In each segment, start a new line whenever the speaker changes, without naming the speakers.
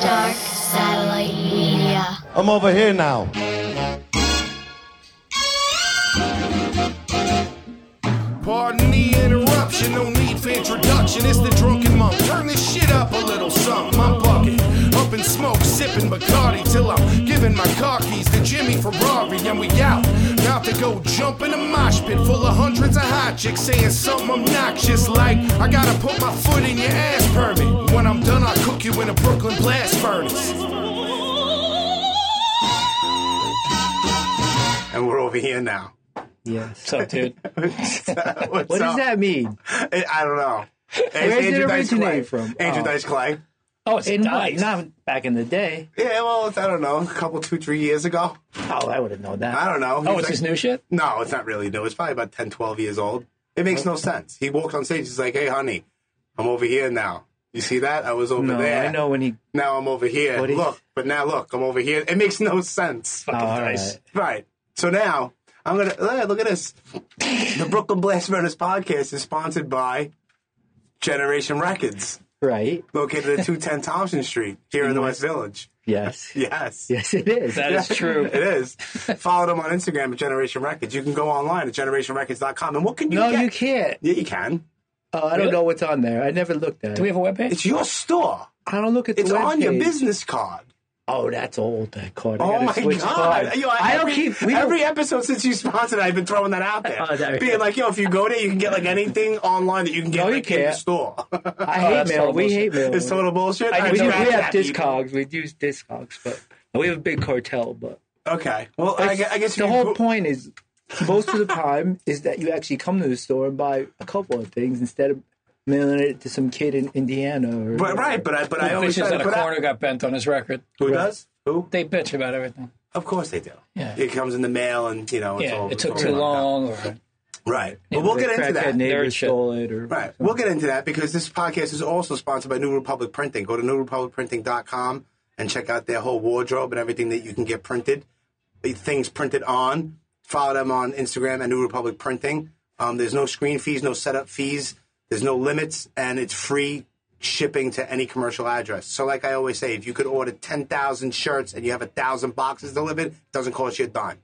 Dark Satellite Media.
I'm over here now.
Pardon the interruption, no need for introduction. It's the drunken monk. Turn this shit up a little something. I'm bucking, up in smoke, sipping Bacardi till I'm giving my car keys to Jimmy Ferrari, and we out. About to go jump in a mosh pit full of hundreds of hot chicks saying something obnoxious like, I gotta put my foot in your ass permit. When I'm done, I'll cook you in a Brooklyn blast furnace. And we're over here now.
Yes.
So, dude,
What's
What does
up?
that mean?
I I don't know.
Where did it originate
Clay.
from?
Andrew
Oh.
Dice Clay.
oh, it's
In what?
dice.
Not back in the day.
Yeah, well, it's, I don't know, a couple, two, three years ago.
Oh, I would have known that.
I don't know.
oh,
He's
it's
like-
his new shit.
No, it's not really new. It's probably about 10, 12 years old. It makes no sense. He walked on stage. He's like, hey, honey, I'm over here now. You see that? I was over
No,
there.
I know when he.
Now I'm over here.
What he-
Look, but now look, I'm over here. It makes no sense.
Oh, all
Dice.
right.
Right. So now I'm gonna hey, look at this. The Brooklyn Blast Furnace podcast is sponsored by Generation Records.
Right.
located at 210 Thompson Street here in the West Village.
Yes.
Yes.
Yes, it is.
That is true.
It is. Follow them on Instagram at Generation Records. You can go online at generationrecords.com. And what can you
no,
get?
you can't.
Yeah, you can.
Oh, I don't
Really?
know what's on there. I never looked at it.
Do we have a webpage?
It's your store.
I don't look at the
It's on your
webpage.
business card.
Oh, that's old. That card. I
Oh
gotta
my
switch
god!
cards.
Yo,
I don't
every-
keep. We
every
don't,
episode since you sponsored. I've been throwing that out there,
Oh, there-
being like, "Yo, if you go there, you can get like anything online that you can get
No, you
like, in the
can't.
store."
I
Oh,
hate
that's
mail.
total
We
bullshit.
hate mail.
it's total bullshit.
I,
Alright,
we,
so
do, we
back to
have
that, people.
discogs. We use discogs, but we have a big cartel. But
Okay. Well, I, gu- I guess
the
you
whole
go-
point is most of the time is that you actually come to the store and buy a couple of things instead of mailing it to some kid in Indiana. Or
But right, but I but I
Who
always
bitches
try to
at a
put out-
corner got bent on his record.
Who does? Who?
They bitch about everything.
Of course they do.
Yeah.
It comes in the mail, and you know, it's
Yeah,
all, Oh
it
it's
took
all
too
locked up.
long. Or,
Right, but we'll get into that.
Neighbor
Nerd shit.
stole it, or
Right, we'll get into that because this podcast is also sponsored by New Republic Printing. Go to newrepublicprinting.com and check out their whole wardrobe and everything that you can get printed, the things printed on. Follow them on Instagram at New Republic Printing. Um, there's no screen fees, no setup fees, there's no limits, and it's free shipping to any commercial address. So, like I always say, if you could order 10,000 shirts and you have a 1,000 boxes delivered, it doesn't cost you a dime.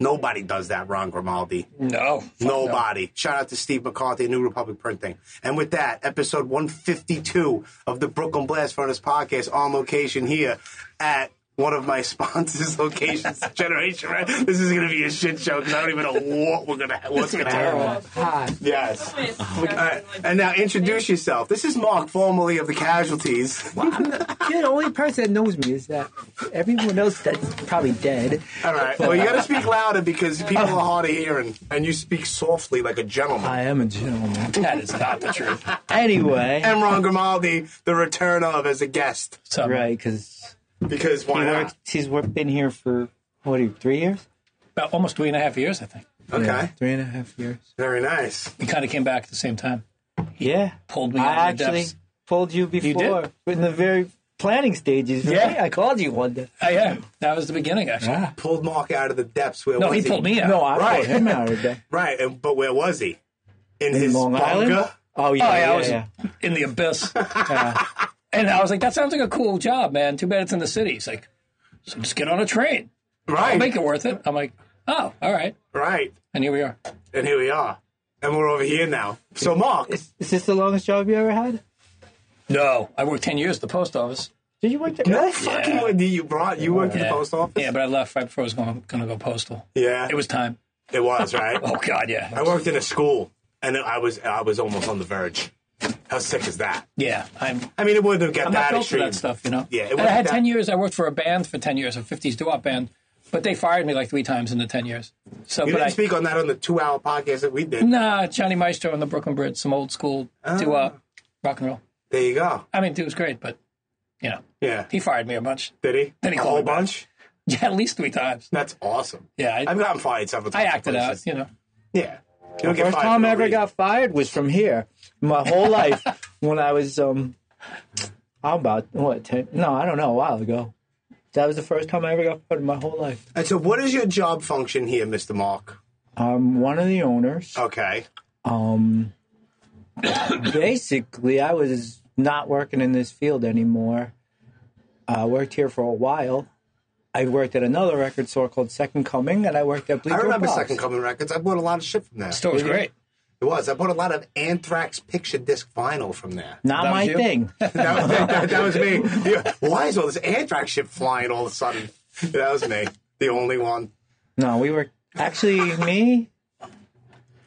Nobody does that, Ron Grimaldi.
no, fuck no.
Nobody. Shout out to Steve McCarthy, New Republic Printing. And with that, episode 152 of the Brooklyn Blast Furnace podcast on location here at one of my sponsors' locations, Generation. Right? This is going to be a shit show because I don't even know what we're going to what's going to happen. Yes. All right. And now introduce yourself. This is Mark, formerly of the Casualties.
Well, I'm the, you're the only person that knows me is that everyone else that's probably dead.
All right. Well, you got to speak louder because people are hard of hearing, and you speak softly like a gentleman.
I am a gentleman.
that is not the truth.
Anyway,
And Ron Grimaldi, the return of as a guest.
So,
right? Because
Because
he
why not?
worked. He's worked, been here for what? Are you, three years?
about almost three and a half years, I think.
Okay.
Yeah, three and a half years.
Very nice.
He kind of came back at the same time.
Yeah,
Pulled me
I
out of the
actually
depths.
pulled you
did?
before in the very planning stages.
Yeah.
right? I called you one day.
Oh, yeah, that was the beginning, actually.
Pulled Mark out of the depths. Where
No,
was
he pulled me out.
No, I
Right.
pulled him out of there.
Right, and, but where was he? In, his
Long
bunker.
Island. Oh yeah,
Oh, yeah, I
yeah,
was
yeah.
in the abyss. And I was like, that sounds like a cool job, man. Too bad it's in the city. He's like, so just get on a train.
Right,
Make it worth it. I'm like, oh, all right.
right,
And here we are.
and here we are, and we're over here now. So Mark,
Is, is this the longest job you ever had?
No. I worked 10 years at the post office.
Did you work there?
no fucking way did you brought you worked at
Yeah.
the post office.
Yeah, but I left right before I was going, going to go postal.
Yeah,
It was time.
it was right.
Oh, God, yeah.
I worked in a school, and I was I was almost on the verge. How sick is that?
Yeah. I'm,
I mean, it wouldn't have got
I'm not
that
built for
extreme.
that stuff, you know?
Yeah, it
And I
wasn't
had
that-
10 years. I worked for a band for 10 years, a 50s doo-wop band. But they fired me like three times in the 10 years. So,
You
but
didn't
I,
speak on that on the two-hour podcast that we did.
nah, Johnny Maestro and the Brooklyn Bridge, some old school
Oh.
doo-wop rock and roll.
There you go.
I mean, dude was great, but you know,
Yeah,
he fired me a bunch.
did he?
Then he
a
called
whole
me back.
bunch.
Yeah, at least three times.
That's awesome.
Yeah, I,
I've gotten fired several
I
times.
acted
places.
out. You know,
Yeah. You don't get
First
fired
time
for no
I ever
reason.
got fired was from here. My whole life when I was um, how about what ten? No, I don't know. A while ago, that was the first time I ever got fired in my whole life.
And so, what is your job function here, Mr. Mark?
I'm one of the owners.
Okay.
Um, basically, I was not working in this field anymore, uh, worked here for a while. I worked at another record store called Second Coming, and I worked at Bleacher
I remember
Box.
Second Coming Records. I bought a lot of shit from there.
Store was great.
It was. I bought a lot of Anthrax picture disc vinyl from there.
Not
That was
my
you?
thing.
That was, that, that was me. Yeah. Why is all this Anthrax shit flying all of a sudden? That was me. The only one.
No, we were actually me.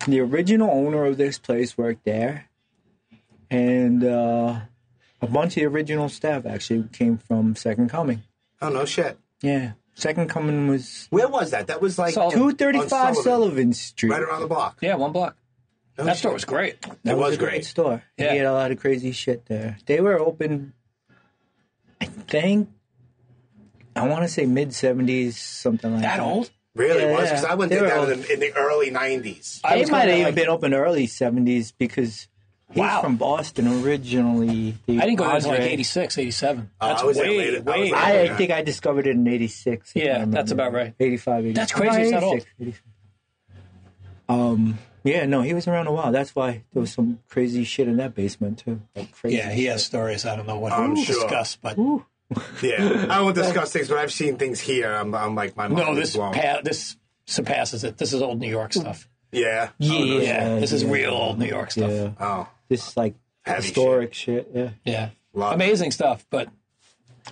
The original owner of this place worked there, and uh, a bunch of the original staff actually came from Second Coming.
Oh, no shit.
Yeah, Second Coming was
Where was that? That was like
Sullivan.
two thirty-five
On Sullivan.
Sullivan Street.
right around the block.
Yeah, one block.
No
that
shit.
store was great.
It
That
was,
a great
great.
store.
Yeah.
He had a lot of crazy shit there. They were open, I think, I want to say mid 70s, something like that.
That old?
Really
Yeah,
was because
yeah.
I went
They
there
were
down
all-
in the, in the early '90s.
I
They
was
might
going
have
to,
even
like-
been open early 70s because he's
Wow.
from Boston originally.
I didn't go there until like 86, 87.
Oh,
That's
I was there
way,
later. I
way.
was there.
I,
Yeah.
think I discovered it in 86. if
Yeah,
I remember
that's about right.
85, 86.
That's crazy it's that old.
86, 86. Um, yeah, no, he was around a while. That's why there was some crazy shit in that basement, too. Like crazy
yeah, he has stories. I don't know what
I'm
to
sure.
discuss, but
Yeah, I won't discuss things, but I've seen things here. I'm, I'm like my mind
no,
is
this
blown.
pa- this surpasses it. This is old New York stuff.
yeah,
Yeah,
Yeah, this is real old New York stuff.
Yeah.
oh,
This like
Heavy
historic shit. Yeah.
Yeah.
Love it.
Amazing stuff, but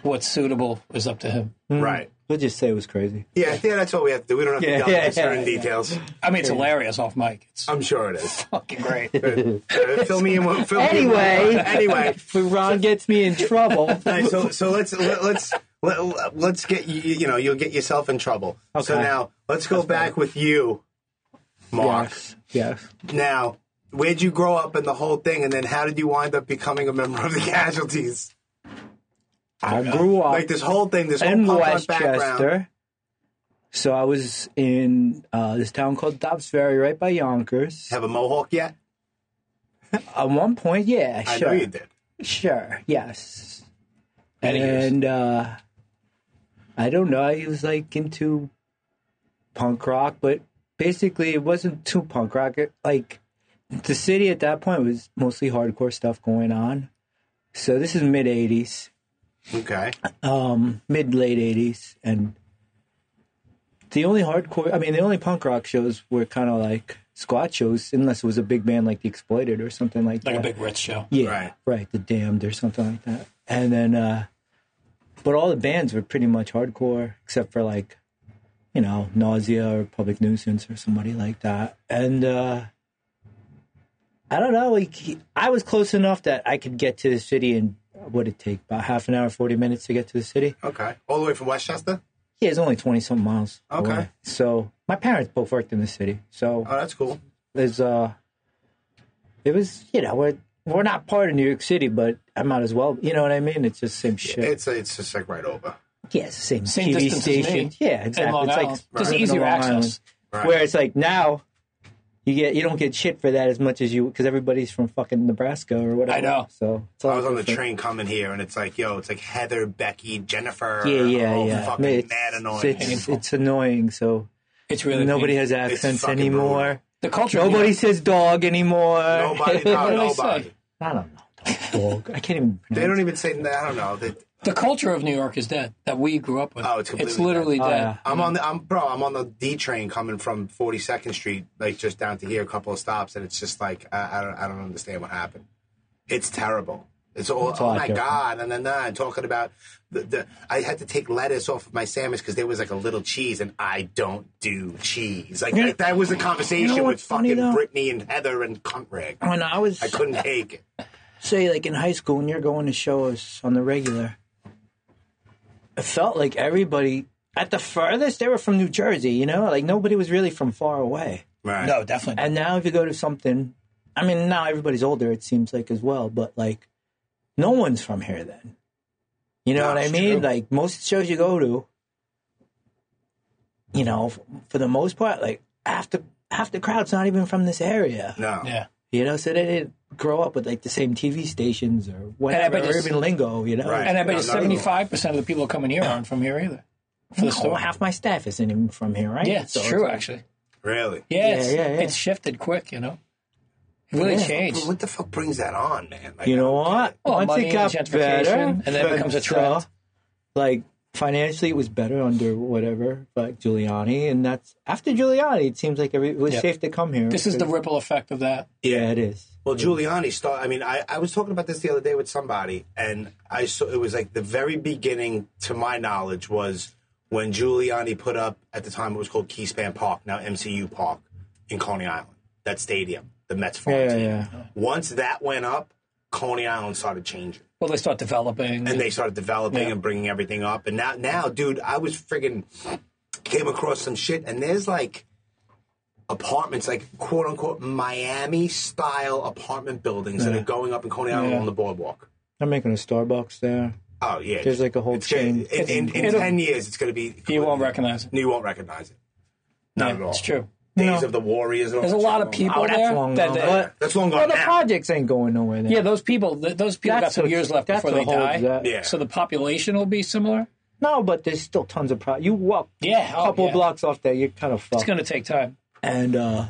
what's suitable is up to him.
Hmm.
right.
We'll just say it was crazy.
Yeah, yeah, that's all we have to do. We don't have to
Yeah,
delve into
yeah,
certain
yeah.
details.
I mean, it's hilarious off mic. It's
I'm sure it is.
fucking great.
Uh, fill me in. what- Fill me
Anyway.
in. anyway.
But Ron gets me in trouble.
All right, so so let's let, let's let, let's get you. You know, you'll get yourself in trouble. So
Okay.
now let's go back with you, Mark.
yes. Yes.
Now, where'd you grow up and the whole thing, and then how did you wind up becoming a member of the casualties?
I grew up
Like this whole thing, this whole
in
punk rock background.
Westchester. So I was in uh, this town called Dobbs Ferry, right by Yonkers.
Have a mohawk yet?
At one point, yeah,
I
sure.
know you did.
Sure, yes.
Many years.
and uh, I don't know. I was like into punk rock, but basically it wasn't too punk rock. It, like the city at that point was mostly hardcore stuff going on. So this is mid '80s,
Okay.
um, mid late '80s, and the only hardcore. I mean, the only punk rock shows were kind of like squat shows, unless it was a big band like the Exploited or something like that.
Like a big Ritz show.
Yeah,
Right.
right. The Damned or something like that. And then, uh, but all the bands were pretty much hardcore, except for like, you know, Nausea or Public Nuisance or somebody like that. And uh, I don't know. Like, he- I was close enough that I could get to the city in what would it take about half an hour, forty minutes to get to the city.
Okay. All the way from Westchester?
Yeah, it's only twenty something miles.
Okay.
away. So my parents both worked in the city, so
Oh, that's cool.
is uh it was you know we're, we're not part of new york city but i might as well you know what i mean it's just same shit
It's it's just like right over.
yeah it's the same,
Same
tv
distance as me.
station yeah
And
exactly
Long
it's
Island.
like
Just
living on
easier
Long
access.
Island.
Right.
where it's like now you get you don't get shit for that as much as you because everybody's from fucking nebraska or whatever
I know.
so it's
I was on the
different.
train coming here, and it's like, yo, it's like Heather, Becky, Jennifer.
yeah yeah
all
yeah
Fucking
it's,
mad annoying.
it's, it's annoying so
It's really
nobody
painful.
has accents
fucking
anymore
the culture.
nobody says dog anymore
nobody, no,
do they
nobody.
say?
i don't know dog i can't even
They don't even say. I don't know. They,
The culture of New York is dead that we grew up with.
Oh, it's completely
literally dead.
Oh, yeah.
I'm on the. I'm bro. I'm on the D train coming from 42nd Street, like just down to here, a couple of stops, and it's just like I, I don't. I don't understand what happened. It's terrible. It's all.
a
oh
lot
my
different.
god! And then nah, and talking about the, the. I had to take lettuce off of my sandwich because there was like a little cheese, and I don't do cheese. Like
You know-
that, that was a conversation
you know
with
what's funny,
fucking
though?
Brittany and Heather and Cuntrick.
when i was
I couldn't take it.
say like in high school when you're going to shows on the regular it felt like everybody at the furthest they were from new jersey you know like nobody was really from far away
Right.
No, definitely.
and now if you go to something i mean now everybody's older it seems like as well but like no one's from here then you know what i
That's
mean
true.
like most shows you go to you know f- for the most part like half the half the crowd's not even from this area
No.
yeah.
you know, so they didn't grow up with like the same TV stations or whatever,
bet
or
it's-
even lingo, you know.
Right.
And I bet
No,
you
not at all.
75% of the people coming here aren't from here either. For the
Oh,
story.
half my staff isn't even from here, right?
Yeah, it's
So
true,
like-
actually.
Really.
Yeah, it's,
yeah, yeah.
it's shifted quick, you know? It really
Yeah.
changed.
What the fuck brings that on, man? Like,
You
I
know
don't get
what?
it.
Well,
Once
money
it
and
got
gentrification,
better,
and then it becomes a
so-
trend.
like financially it was better under whatever, but Giuliani, and that's after Giuliani. It seems like every, it was
Yeah.
safe to come here.
This is the ripple effect of that.
yeah, it is.
Well, Giuliani started. I mean, I, I was talking about this the other day with somebody, and I saw it was like the very beginning, to my knowledge, was when Giuliani put up at the time it was called Keyspan Park, now MCU Park in Coney Island, that stadium, the Mets farm
Yeah,
team.
yeah.
Once that went up, Coney Island started changing
Well, they start developing.
and they started developing
Yeah.
and bringing everything up. And now, now, dude, I was friggin' came across some shit, and there's like apartments, like quote unquote Miami style apartment buildings that are going up in Coney Island
Yeah.
on the boardwalk.
I'm making a Starbucks there.
Oh yeah,
There's like a whole
It's gonna-
chain.
in, in, in
It'll-
ten years, it's going to be
you won't recognize it.
You won't recognize it. Not
Yeah,
at all.
It's true.
Days
No.
of the Warriors. And all
There's a
that
lot
shit
of
going
people
Oh, that's
there.
long
that-
gone.
that-
But-
on. That's long
Well,
gone
the
now.
projects ain't going nowhere. There.
yeah, those people. th- Those people got
That's
some
what-
years left
that's
before
what
they die.
holds that.
Yeah.
So the population will be similar.
No, but there's still tons of pro. You walk
Yeah,
a couple
oh, yeah.
blocks off there, you're kind of fucked.
It's going to take time.
and uh,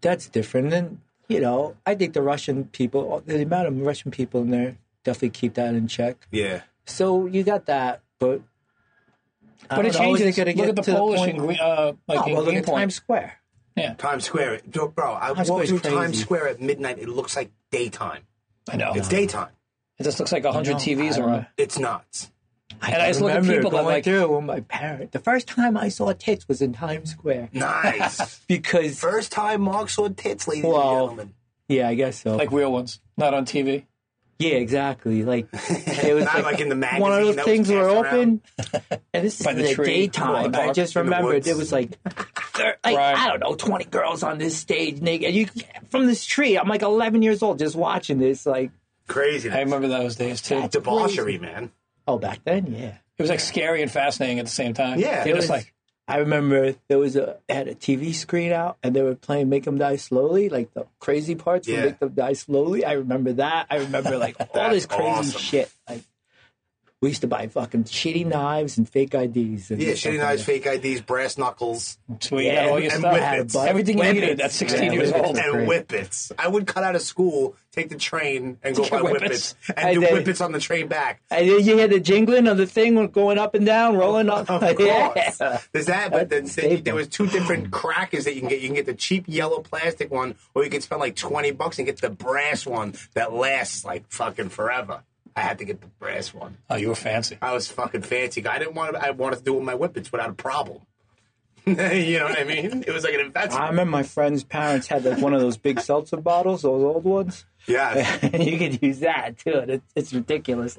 that's different. And you know, I think the Russian people, uh, the amount of Russian people in there, definitely keep that in check.
Yeah.
So you got that, but I
But it
don't know, is
changes.
gonna
Look
get
at the
to
Polish
point-
and Green, uh, like
Oh,
in
well, look at
Greenpoint.
Times Square.
Yeah,
Times Square, bro. I
Times
walked
Square's
through Times
crazy.
Square at midnight. It looks like daytime.
I know.
It's daytime.
it just looks like hundred
No,
TVs
I don't
around.
know.
It's nuts.
And I just look at
remember
people that,
going
like-
through with my parent. The first time I saw tits was in Times Square
Nice.
because
First time Mark saw tits, ladies
Wow.
and gentlemen.
yeah, I guess so.
Like real ones, not on TV.
Yeah, exactly. Like it was
Not like in the magazine
One of
that
those
was
things were
passed
open, and this is
By
in
the
the
tree.
daytime.
Well,
I just
in the
remembered
woods.
it was like, thir- like
Right.
I don't know, twenty girls on this stage naked. You from this tree. I'm like eleven years old, just watching this. Like
Crazy.
I remember those days too. It
Debauchery, man.
oh, back then, yeah.
was like scary and fascinating at the same time.
Yeah.
You're
It
just
was-
like,
I remember there was a I had a TV screen out, and they were playing "Make 'Em Die Slowly," like the crazy parts from
Yeah.
"Make Them Die Slowly." I remember that. I remember like all this
That's
crazy
awesome.
shit. Like we used to buy fucking shitty knives and fake IDs. And
Yeah,
stuff
shitty
like
knives,
that.
fake IDs, brass knuckles,
so you
Yeah,
got all your
and
stuff.
had a
whippets.
bunch-
Everything you
whippets.
needed at 16
Yeah,
years
whippets
old.
were
and
crazy.
whippets. I would cut out of school, take the train, and go
Get
buy
whippets.
whippets,
I
and do
did.
whippets on the train back.
And then you had the jingling of the thing going up and down, rolling up.
Of course,
Yeah.
there's that. But then
That's
there,
staple.
there was two different crackers that you can get. You can get the cheap yellow plastic one, or you can spend like twenty bucks and get the brass one that lasts like fucking forever. I had to get the brass one.
Oh, you were fancy.
I was fucking fancy. I didn't want to. I wanted to do it with my whippets without a problem. you know what I mean? It was like an
I
investment.
remember my friend's parents had like one of those big seltzer bottles, those old ones.
yeah.
you could use that too. and It's, it's ridiculous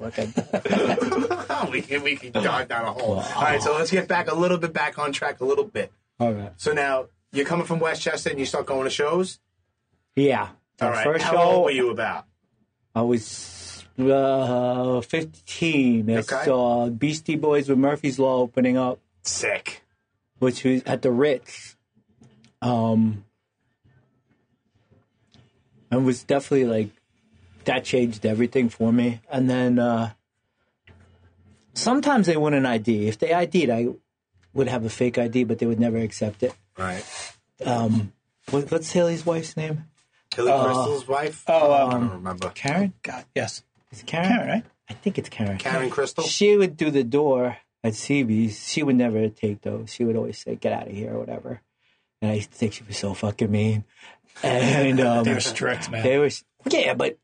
looking.
Oh, we can we can dive down a hole. All right, so let's get back a little bit back on track a little bit.
All right.
So now you're coming from Westchester and you start going to shows.
Yeah.
All
Our
right.
First
How
show,
old were you about?
I was uh, 15. I
Okay.
saw Beastie Boys with Murphy's Law opening up,
Sick.
which was at the Ritz. Um, and was definitely like that changed everything for me. And then uh, sometimes they wouldn't ID. If they ID'd, I would have a fake ID, but they would never accept it.
Right.
What, what's Haley's wife's name?
Hilly Crystal's wife.
Oh,
I
um,
don't remember.
Karen?
God, yes.
Is it Karen?
Karen, right?
I think it's Karen.
Karen Crystal.
She would do the door at CB's. She would never take those. She would always say, "Get out of here" or whatever. And I used to think she was so fucking mean. And um,
They were strict, man.
they were, yeah, but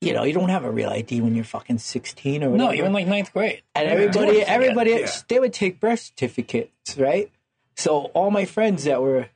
you know, you don't have a real ID when you're fucking sixteen or whatever.
No, you're in like ninth grade.
And everybody,
Yeah.
everybody,
Yeah.
they would take birth certificates, right? So all my friends that were,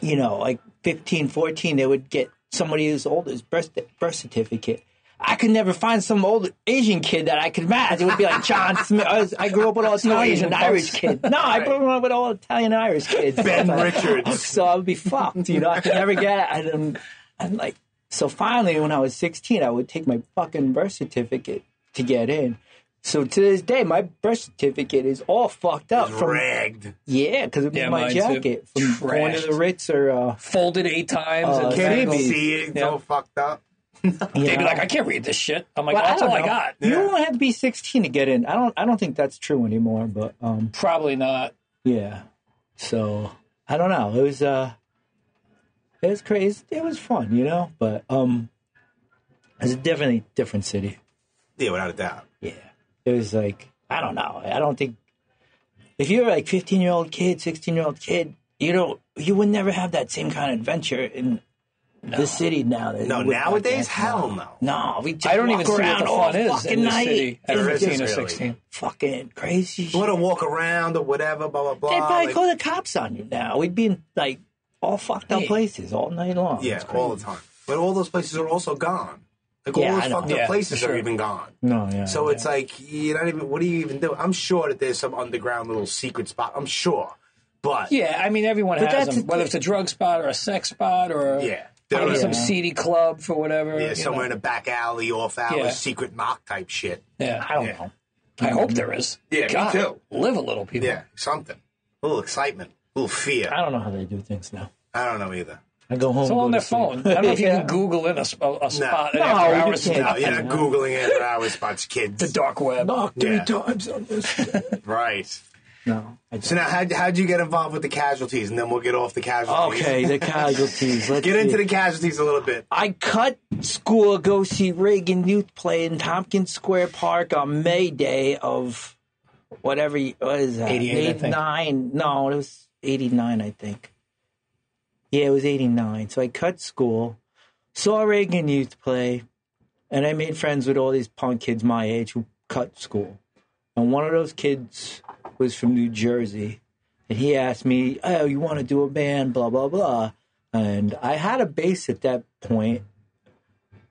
you know, like 15, 14, they would get somebody as old as birth, birth certificate. I could never find some old Asian kid that I could match. It would be like John Smith. I, was- I grew up with all Italian
Asian
and Irish
folks.
kids. No, I grew up with all Italian and Irish kids.
Ben
So-
Richards.
so I would be fucked. You know, I could never get it. And I'm, I'm like, so finally, when I was 16, I would take my fucking birth certificate to get in. So to this day, my birth certificate is all fucked up from
Ragged.
yeah, because it was
Yeah,
my
mine too.
jacket from going to the
Trashed.
Ritz or uh,
Folded eight times. and
Can't even
babies.
see it. It's all fucked up.
you
They'd be
know.
like, I can't read this shit. I'm like,
Well,
that's
don't
all I
know.
got.
You
Yeah.
don't have to be 16 to get in. I don't. I don't think that's true anymore. But um,
Probably not.
yeah. So I don't know. It was uh, it was crazy. It was fun, you know. But um, it's definitely different city.
Yeah, without a doubt.
Yeah. It was like I don't know. I don't think if you're like 15 year old kid, 16 year old kid, you don't you would never have that same kind of adventure in the city now. that
No,
you would
nowadays,
back then.
hell no.
No, we just
I don't
walk
even see what
around
the
all
fun is
fucking
in the
night.
city at
There is
15 or
really.
16.
Fucking crazy. shit.
You want to walk around or whatever, blah blah blah.
They'd probably
like-
call the cops on you now. We'd be in like all fucked up
Yeah.
places all night long.
yeah,
It's crazy.
all the time. But all those places are also gone. Like
Yeah,
all
I
those
know.
fucked up
Yeah,
places
sure.
are even gone.
No, yeah.
So it's like you not even. What do you even do? I'm sure that there's some underground little secret spot. I'm sure, but
Yeah, I mean, everyone
But
has
that's
them,
a-
whether it's a drug spot or a sex spot or
Yeah.
you know,
Yeah.
some seedy club for whatever.
yeah,
you
somewhere in
know.
a back alley, off hours,
Yeah.
secret knock type shit.
yeah.
I don't
Yeah.
know.
I hope there is.
Yeah, me
God,
too.
Live a little, people.
Yeah, something. A little excitement, a little fear.
I don't know how they do things now.
I don't know either.
I go home.
It's
go
all on
to
their
sleep.
phone. I don't know if you
Yeah.
can Google in a, sp- a, a spot
No,
after
you
hours.
can't.
No, you're not Oh, googling after hours spots, kids.
The dark web.
knock three
Yeah.
times on this.
right.
no. I
So now, how how'd you get involved with the casualties, and then we'll get off the casualties.
Okay, the casualties. Let's
Get into
see.
the casualties a little bit.
I cut school go see Reagan Youth play in Tompkins Square Park on May Day of whatever. y- What is that?
88, I think.
89. No, it was 89, I think. Yeah, it was 89. So I cut school, saw Reagan Youth play, and I made friends with all these punk kids my age who cut school. And one of those kids was from New Jersey. And he asked me, Oh, you want to do a band? Blah, blah, blah. And I had a bass at that point,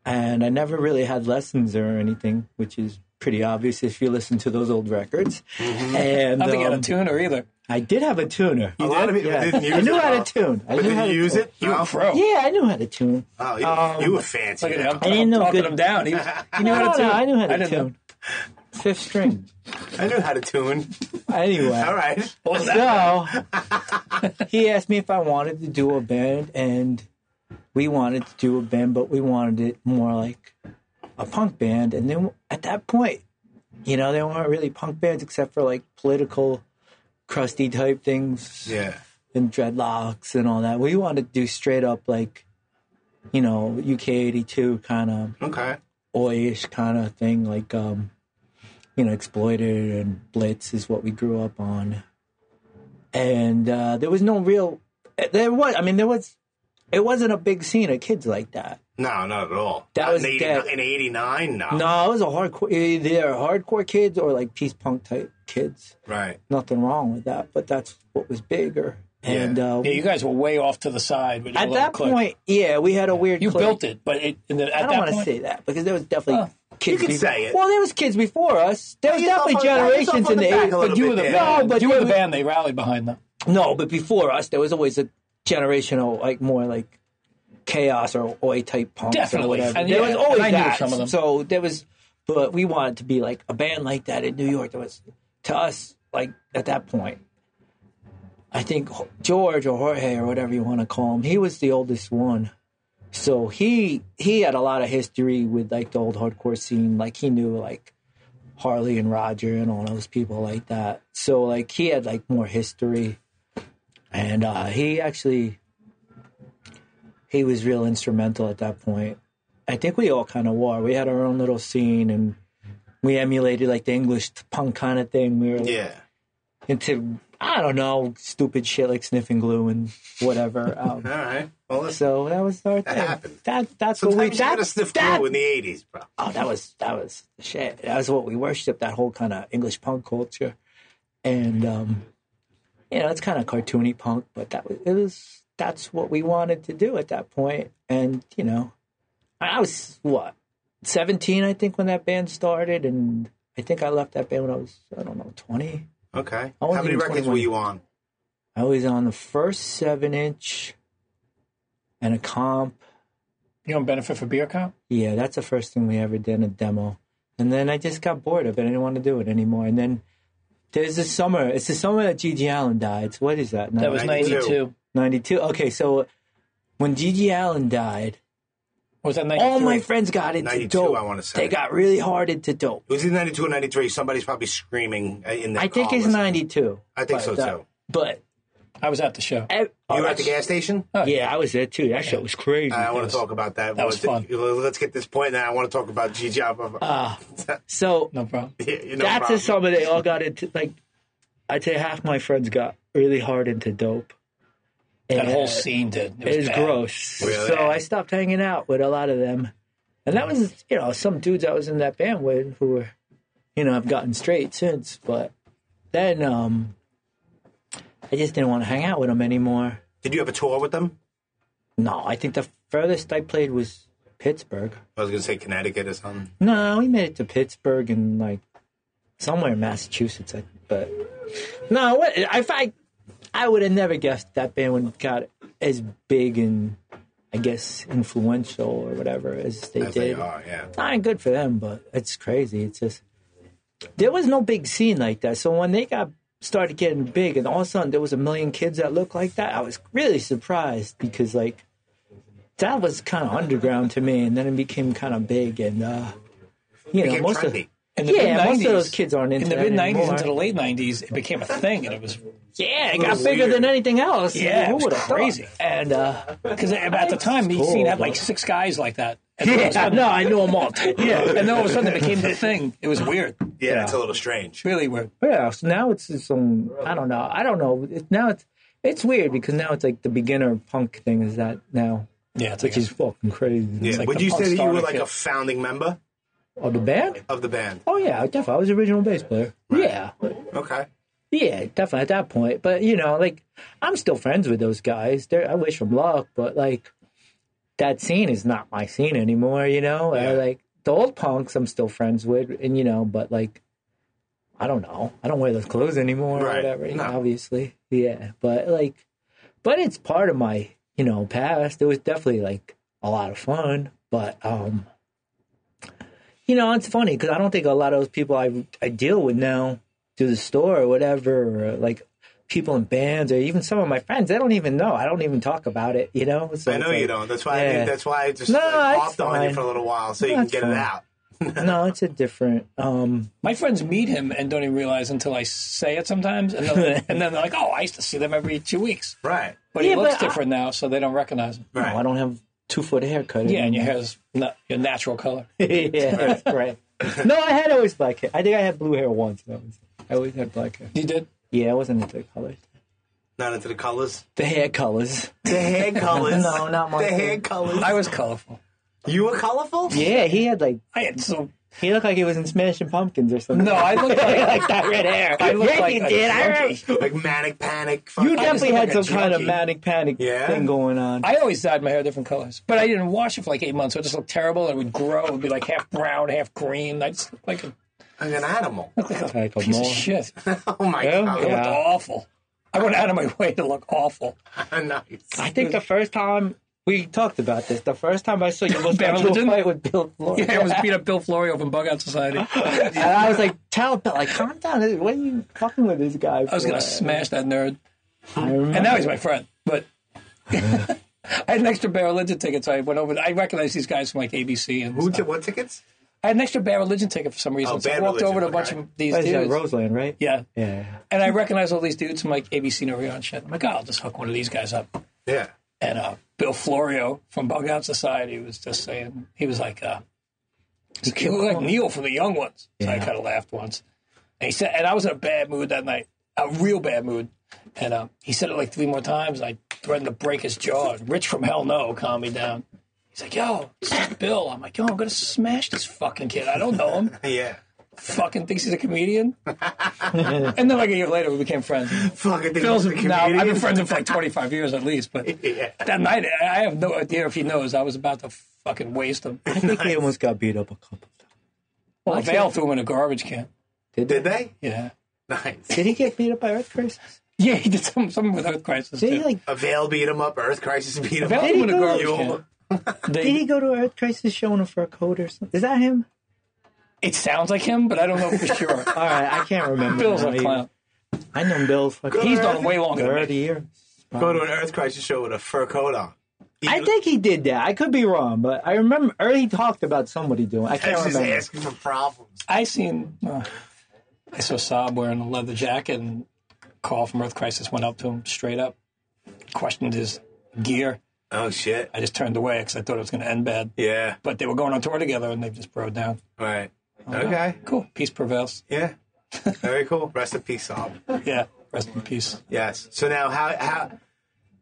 and I never really had lessons or anything, which is pretty obvious if you listen to those old records.
Mm-hmm.
And
I don't think you had
um,
a tuner either.
I did have a tuner.
A lot of people
Yeah.
didn't use
I knew
it.
how to
though.
tune. I
But
knew how
did
to
you use
tune. Um,
it?
You were a
No.
pro.
Yeah, I knew how to tune.
Oh, you, you were fancy.
Look at
now.
him.
I didn't
I'm
know
talking
good-
him down. He was, you knew
no,
how to
no,
tune.
I knew how to
didn't know.
tune. Fifth string.
I knew how to tune.
Anyway.
All right.
What was that?
So he asked me if I wanted to do a band, and we wanted to do a band, but we wanted it more like a punk band. And then at that point, you know, there weren't really punk bands except for like political, crusty type things
Yeah.
and dreadlocks and all that. We wanted to do straight up like, you know, UK '82 kind of
Okay.
oyish kind of thing, like um, you know, exploited and blitz is what we grew up on. And uh, there was no real, there was. I mean, there was. It wasn't a big scene of kids like that.
No, not at all.
That
Not
was
in
dead.
89, in '89. No.
No, it was a hardcore. Either hardcore kids or like peace punk type kids.
Right.
Nothing wrong with that, but that's what was bigger. And uh,
Yeah, you guys were way off to the side. With your
at
little
that
clique.
point, yeah, we had a weird.
you
clique.
built it, but it, in the, at
I don't
that
want to
point,
say that because there was definitely kids.
You can
before,
say it.
Well, there was kids before us. There was
Pat yourself
definitely
on the back- pat
generations
yourself on
in
the
the
back a
eighties.
little
but you were the
bit
band.
there.
No, but
you were the
you-
band. They rallied behind them.
No, but before us, there was always a generational, like more like chaos or oi type punks
Definitely.
or whatever.
And
there
yeah,
was always
and I knew
that.
some of them.
So there was, but we wanted to be like a band like that in New York. That was to us like at that point. I think George or Jorge or whatever you want to call him, he was the oldest one. So he he had a lot of history with like the old hardcore scene. Like he knew like Harley and Roger and all those people like that. So like he had like more history, and uh, he actually he was real instrumental at that point. I think we all kind of were. We had our own little scene, and we emulated like the English punk kind of thing. We were like,
Yeah.
into I don't know stupid shit like sniffing glue and whatever. Um,
All right. Well, let's.
so that was our thing.
happened.
That that's
Sometimes
what
you
we
got
that,
to sniff
that-
glue in the '80s, bro.
oh, that was that was shit. That was what we worshipped. That whole kind of English punk culture, and um, you know, it's kind of cartoony punk, but that was it was that's what we wanted to do at that point. And you know, I was what seventeen, I think, when that band started, and I think I left that band when I was I don't know twenty.
Okay.
I wasn't
How many
even
records
21.
were you on?
I was on the first seven inch and a comp.
You don't benefit for beer comp.
Yeah, that's the first thing we ever did a demo. And then I just got bored of it. I didn't want to do it anymore. And then there's this summer. It's the summer that Gigi Allen died. So what is that?
That was
92.
92.
92. Okay, so when Gigi Allen died,
Or was that 93?
all my friends got into
92,
dope.
I wanna say.
They got really hard into dope.
It was in '92 or '93. Somebody's probably screaming uh, in the.
I think
car
it's
listening.
92.
I think so
But, uh,
too.
But
I was at the show.
Eh, oh,
you were at the
that's-
gas station?
Yeah, I was there too. That shit was crazy.
I want to talk about that.
That was
Let's- Let's get this point now. I want to talk about Gigi. Uh,
So
No problem.
you know,
Ah, that's
Rob.
the summer they all got into. Like, I'd say half my friends got really hard into dope.
That
And
whole scene did. It was,
It was
bad.
gross.
Really?
So I stopped hanging out with a lot of them. And that was, you know, some dudes I was in that band with who were, you know, I've gotten straight since. But then um I just didn't want to hang out with them anymore.
Did you have a tour with them?
No, I think the furthest I played was Pittsburgh.
I was going to say Connecticut or something.
No, we made it to Pittsburgh and like somewhere in Massachusetts. I, but no, what if I? I would have never guessed that band would got as big and I guess influential or whatever as they
As
did.
they are, oh, yeah.
Not good for them, but it's crazy. It's just there was no big scene like that. So when they got started getting big, and all of a sudden there was a million kids that looked like that, I was really surprised because like that was kind of underground to me, and then it became kind of big, and uh, you know
Became
most
trendy.
of yeah,
In
most
mid-nineties-
of those kids aren't
in
into
the
that
mid '90s
anymore.
into the late '90s, it became a thing, and it was
yeah, it
little
got bigger
weird.
than anything else.
Yeah, it
who
was
would have
crazy.
And uh,
because at the time, the
Cool,
scene had
bro.
like six guys like that. And all of a
yeah,
sudden-
no, I knew them all.
yeah, and then all of a sudden it became the thing. It was weird,
Yeah, it's a little strange.
really weird.
Yeah, so now it's just some I don't know. I don't know. It, now it's it's weird because now it's like the beginner punk thing is that now,
Yeah, it's
which
like a-
is fucking crazy.
Yeah.
like
Would
the
you
punk
say that you
starter
were like
kid.
a founding member
Oh, the band?
of the band?
Oh yeah, definitely. I was the original bass player. Yeah,
Okay.
yeah, definitely at that point. But you know, like I'm still friends with those guys. They're, I wish them luck, but like that scene is not my scene anymore. You know, I, like the old punks, I'm still friends with, and you know, but like I don't know, I don't wear those clothes anymore
Right.
or whatever. you know,
No.
Obviously, yeah, but like, but it's part of my you know past. It was definitely like a lot of fun, but um. You know, it's funny because I don't think a lot of those people I I deal with now to the store or whatever, or like people in bands or even some of my friends, they don't even know. I don't even talk about it, you know? So
I know
it's
you
like-
don't. That's why. I
Yeah.
that's why I just
No,
like,
it's
popped on you
fine.
for a little while so you
No,
can
it's
get it
fine.
out.
No, it's a different. Um,
My friends meet him and don't even realize until I say it sometimes, and then, and then they're like, "Oh, I used to see them every two weeks,
Right.
but he
Yeah,
looks
but I-
different now, so they don't recognize him."
no, I don't have two foot haircut.
Yeah, and your
anymore.
hair's not your natural color.
yeah, that's great. No, I had always black hair. I think I had blue hair once. That was, I always had black hair.
You did.
Yeah, I wasn't into the colors.
Not into the colors.
The hair colors.
The hair colors.
No, not my
The hair
thing.
colors.
I was colorful.
you were colorful.
Yeah, he had like,
I had so
he looked like he was in Smashing Pumpkins or something.
no. I looked like
like that red hair.
I looked
yeah,
like
he
a
did. I
junkie.
remember.
Like manic panic.
You
fucking-
just
definitely
look
had
like a
some kind of
junkie.
manic panic
Yeah.
thing going on.
I always dyed my hair different colors, but I didn't wash it for like eight months, so it just looked terrible. It would grow, it would be like half brown, half green. I just looked like a
like an animal.
Like a
piece
mole.
of shit. It
Oh my
Yeah.
god.
looked awful. I went out of my way to look awful.
nice.
I think the first time we talked about this, the first time I saw you was
Bad
into a
religion?
fight with Bill Floyd.
Yeah, I was beat up Bill Florio from Bug Out Society. I
and I was like, tell Bill, like, calm down. What are you fucking with this guy?
was gonna smash that nerd.
I remember.
And now he's my friend. But I had an extra Bear Religion ticket, so I went over. I recognized these guys from like ABC. And
Who
stuff.
took what tickets?
I had an extra Bear Religion ticket for some reason,
Oh,
so I
Bad
walked over to a
Religion,
bunch
okay.
of these
What is that,
dudes.
Roseland, right?
Yeah,
Yeah.
and I recognized all these dudes from like ABC New York and shit. I'm like, oh, I'll just hook one of these guys up.
Yeah.
and uh, Bill Florio from Bug Out Society was just saying he was like uh, he looked like Neil from the Young Ones. So I kind of laughed once, and he said, and I was in a bad mood that night, a real bad mood, and uh, he said it like three more times, and I threatened to break his jaw. And Rich from Hell No calmed me down. He's like, "Yo, this is Bill." I'm like, "Yo, I'm gonna smash this fucking kid. I don't know him.
Yeah.
fucking thinks he's a comedian." and then like a year later, we became friends.
Fucking thing.
Bill's
with the
now I've been
comedian.
friends with him for like 25 years at least, but that night I I have no idea if he knows. I was about to fucking waste him.
I think he almost got beat up a couple times.
Well, Vale threw him in a garbage can.
Did they?
Yeah,
Nice.
Did he get beat up by Earth Crisis?
yeah, he did some, something with Earth Crisis
Did
too.
he, like,
A veil beat him up. Earth crisis beat him
Vale
up.
threw him in a
go-
garbage
You-
can.
did he go to an Earth Crisis show in a fur coat or something? Is that him?
It sounds like him, but I don't know for sure.
All right, I can't remember.
Bill's
now
a clown.
I know Bill fucking
He's done way longer than
30
me.
years.
Go to an Earth crisis show with a fur coat on.
I think he did that. I could be wrong, but I remember or he talked about somebody doing. I can't
That's just
remember.
asking for problems.
I seen, uh, I saw Saab wearing a leather jacket and Carl from Earth Crisis went up to him straight up, questioned his gear.
Oh shit.
I just turned away because I thought it was going to end bad.
Yeah.
But they were going on tour together and they just broke down.
Right. Okay.
Cool. Peace prevails.
Yeah. Very cool. Rest in peace, Saab.
Yeah. Rest in peace.
Yes. So now, how how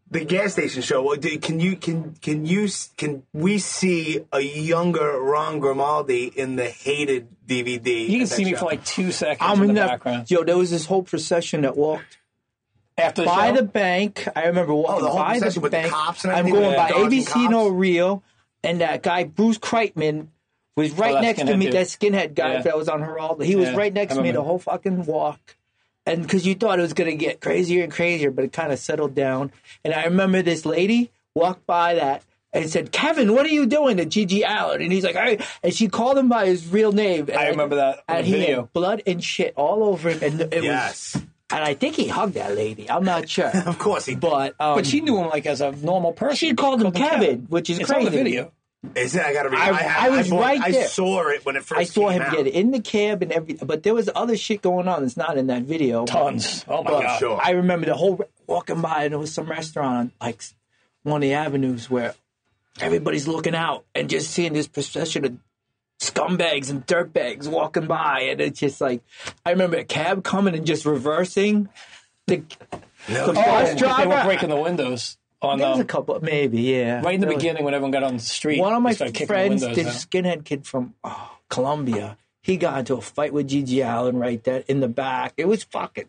the gas station show? what do- Can you can can you s- can we see a younger Ron Grimaldi in the hated DVD?
You
at
can
that
see me
show?
for like two seconds
I'm
in,
in
the
that.
background.
Yo, there was this whole procession that walked
After the
by
show,
the bank. I remember walking
Oh, the whole
by the
procession with the
bank.
cops and
I'm
everything,
going
the
by
dogs and
ABC No
cops?
Real, and that guy Bruce Kreitman was right
Oh, that
next to
skinhead
me.
dude.
That skinhead guy
Yeah.
that was on Geraldo. He was
Yeah,
right
I
next to me
remember.
the whole fucking walk. And because you thought it was gonna get crazier and crazier, but it kind of settled down. And I remember this lady walked by that and said, "Kevin, what are you doing?" To Gigi Allen, and he's like, "All right." And she called him by his real name. And
I remember that
And
the
he
video.
had blood and shit all over him, and it was
Yes.
and I think he hugged that lady. I'm not sure,
Of course he.
but um,
but she knew him like as a normal person.
she called him Kevin, which is
It's
crazy.
on the video.
Is it? I gotta read.
I-
have-
I was
bought-
right
I
there.
saw it when it first.
I saw
came
him
out.
get in the cab and everything, but there was other shit going on that's not in that video.
Tons. Oh my
But
god.
sure.
I remember the whole walking by, and there was some restaurant on like one of the avenues where everybody's looking out and just seeing this procession of scumbags and dirtbags walking by, and it's just like I remember a cab coming and just reversing. The,
No, shit.
the
Oh,
bus
but they were
driver-
breaking the windows on
There was a
um,
couple, maybe, yeah.
right in the
There was-
beginning when everyone got on the street.
One of my
they started kicking
friends,
the
this
windows.
skinhead kid from oh, Colombia, he got into a fight with Gigi Allen right there in the back. It was fucking.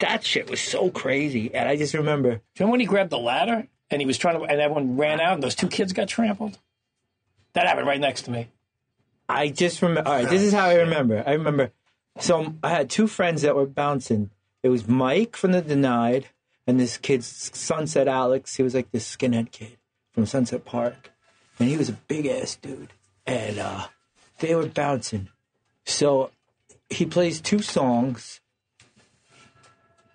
That shit was so crazy, and I just remember
Do you remember when he grabbed the ladder and he was trying to, and everyone ran out and those two kids got trampled? That happened right next to me.
I just remember. All right, this is how I remember. I remember. So I had two friends that were bouncing. It was Mike from the Denied and this kid, Sunset Alex. He was like this skinhead kid from Sunset Park, and he was a big ass dude. And uh, they were bouncing. So he plays two songs.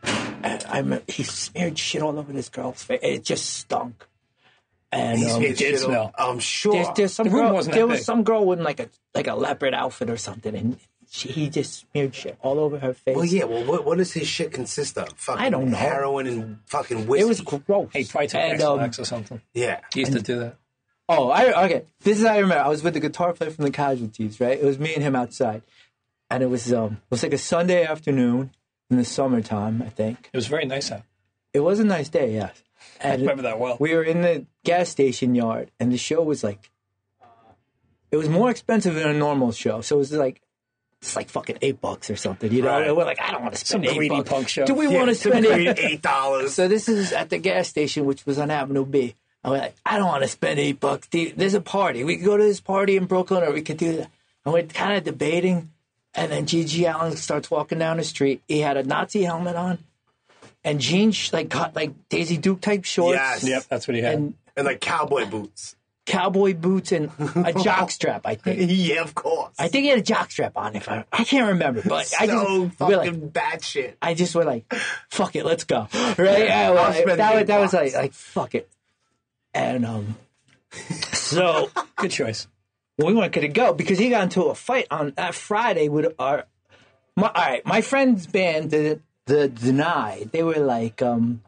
And I remember, he smeared shit all over this girl's face. It just stunk. And
He's
um,
made
did
shit all-
smell.
I'm sure.
there's, there's some
The room
girl,
wasn't that
there
big.
was some girl with like a like a leopard outfit or something, and she, he just smeared shit all over her face.
well, yeah. Well, what, what does his shit consist of? Fucking
I don't know.
Heroin and fucking whiskey.
it was gross.
He probably took
And,
Xanax
um,
or something.
yeah.
He used to do that.
Oh, I okay. This is how I remember. I was with the guitar player from the Casualties, right? It was me and him outside, and it was um, it was like a Sunday afternoon in the summertime, I think.
It was very nice out.
It was a nice day, yes. And
Remember that well.
we were in the gas station yard and the show was like it was more expensive than a normal show so it was like it's like fucking eight bucks or something you know
Right.
and we're like i don't want to spend
Some
eight
greedy
bucks.
punk show.
do we
Yeah,
want to spend eight
eight dollars.
so this is at the gas station which was on avenue b i was like i don't want to spend eight bucks Dude, there's a party we could go to this party in brooklyn or we could do that and we're kind of debating and then Gigi Allen starts walking down the street. He had a Nazi helmet on, and jeans like cut like Daisy Duke type shorts
Yes.
Yep, that's what he had.
and
And like cowboy boots.
cowboy boots and a jockstrap. I think.
Yeah, of course.
I think he had a jockstrap on. If I, I can't remember, but I just
so
we're
fucking
like,
bad shit.
I just were like, fuck it, let's go. Right? I was-
spend
that was
eight
that was
bucks.
like like fuck it, and um, so
Good choice.
we weren't going to go because he got into a fight on that Friday with our. My, all right, my friend's band, the the denied, they were like um.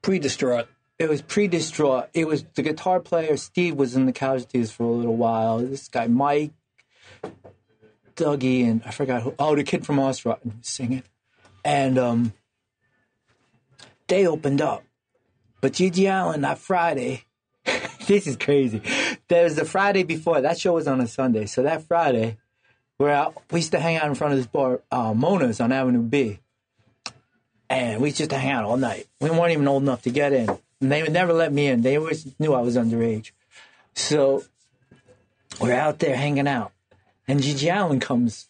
Pre distraught.
it was pre-distraught. It was the guitar player Steve was in the casualties for a little while. This guy Mike, Dougie, and I forgot who. Oh, the kid from Osrotten was singing, and um, they opened up. But Gigi Allen that Friday, this is crazy. There was the Friday before that show was on a Sunday, so that Friday we're out. We used to hang out in front of this bar, uh, Mona's on Avenue B and we just hang out all night. We weren't even old enough to get in. And they would never let me in. They always knew I was underage. So we're out there hanging out. And Gigi Allen comes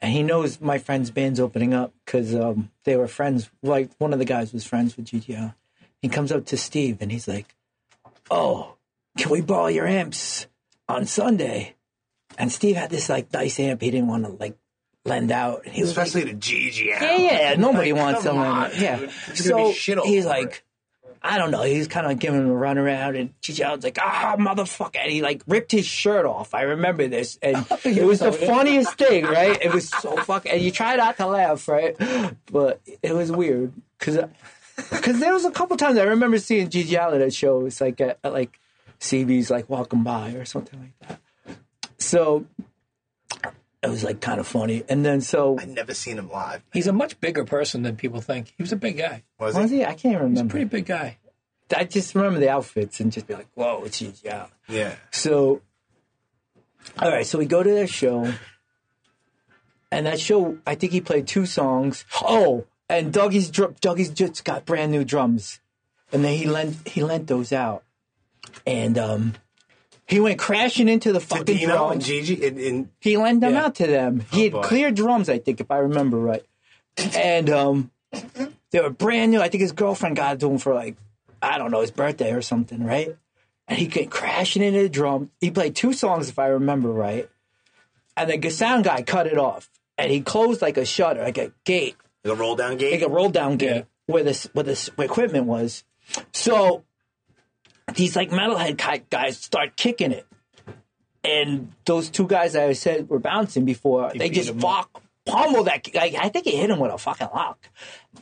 and he knows my friend's band's opening up because um, they were friends. Like one of the guys was friends with Gigi Allen. He comes up to Steve and he's like, Oh, can we borrow your amps on Sunday? And Steve had this like nice amp he didn't want to like lend out. And he was like,
Especially the Gigi.
yeah, yeah. Nobody
Like,
wants
come
someone.
on,
yeah.
dude. There's gonna
So
be shit all
he's
over
like, I don't know. He's kind of giving him a run around, and Cheech Allen's like, ah, motherfucker. And he like ripped his shirt off. I remember this. And it was the funniest thing, right? It was so fucking. And you try not to laugh, right? But it was weird. Because there was a couple times I remember seeing Gigi Allen at shows, like at, at like CB's, like Welcome By or something like that. So it was like kind of funny. And then so.
I've never seen him live.
He's a much bigger person than people think. He was a big guy,
Was
Was
it?
he? I can't remember.
pretty big guy.
I just remember the outfits and just be like, "Whoa, it's Gigi Allen."
Yeah.
So, all right, so we go to their show, and that show, I think he played two songs. Oh, and Dougie's drum, Dougie's just got brand new drums, and then he lent he lent those out, and um, he went crashing into the fucking
Dino and
drums.
Gigi and, and
He lent them
Yeah.
out to them. He had
boy.
clear drums, I think, if I remember right. And um, they were brand new. I think his girlfriend got it to him for like, I don't know, his birthday or something, right? And he came crashing into the drum. He played two songs, if I remember right. And the sound guy cut it off. And he closed like a shutter, like a gate,
the roll down
like
gate.
a roll down gate where this where this equipment was. So these like metalhead ki- guys start kicking it, and those two guys that I said were bouncing before, they
beat
just
him
fuck pummel that. ki- Like, I think he hit him with a fucking lock.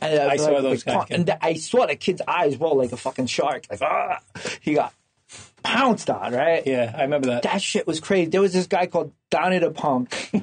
And, I
saw those guys
and th- I saw the kid's eyes roll like a fucking shark. Like ah, he got pounced on right
Yeah, I remember that.
that shit was crazy. There was this guy called Donnie the Punk,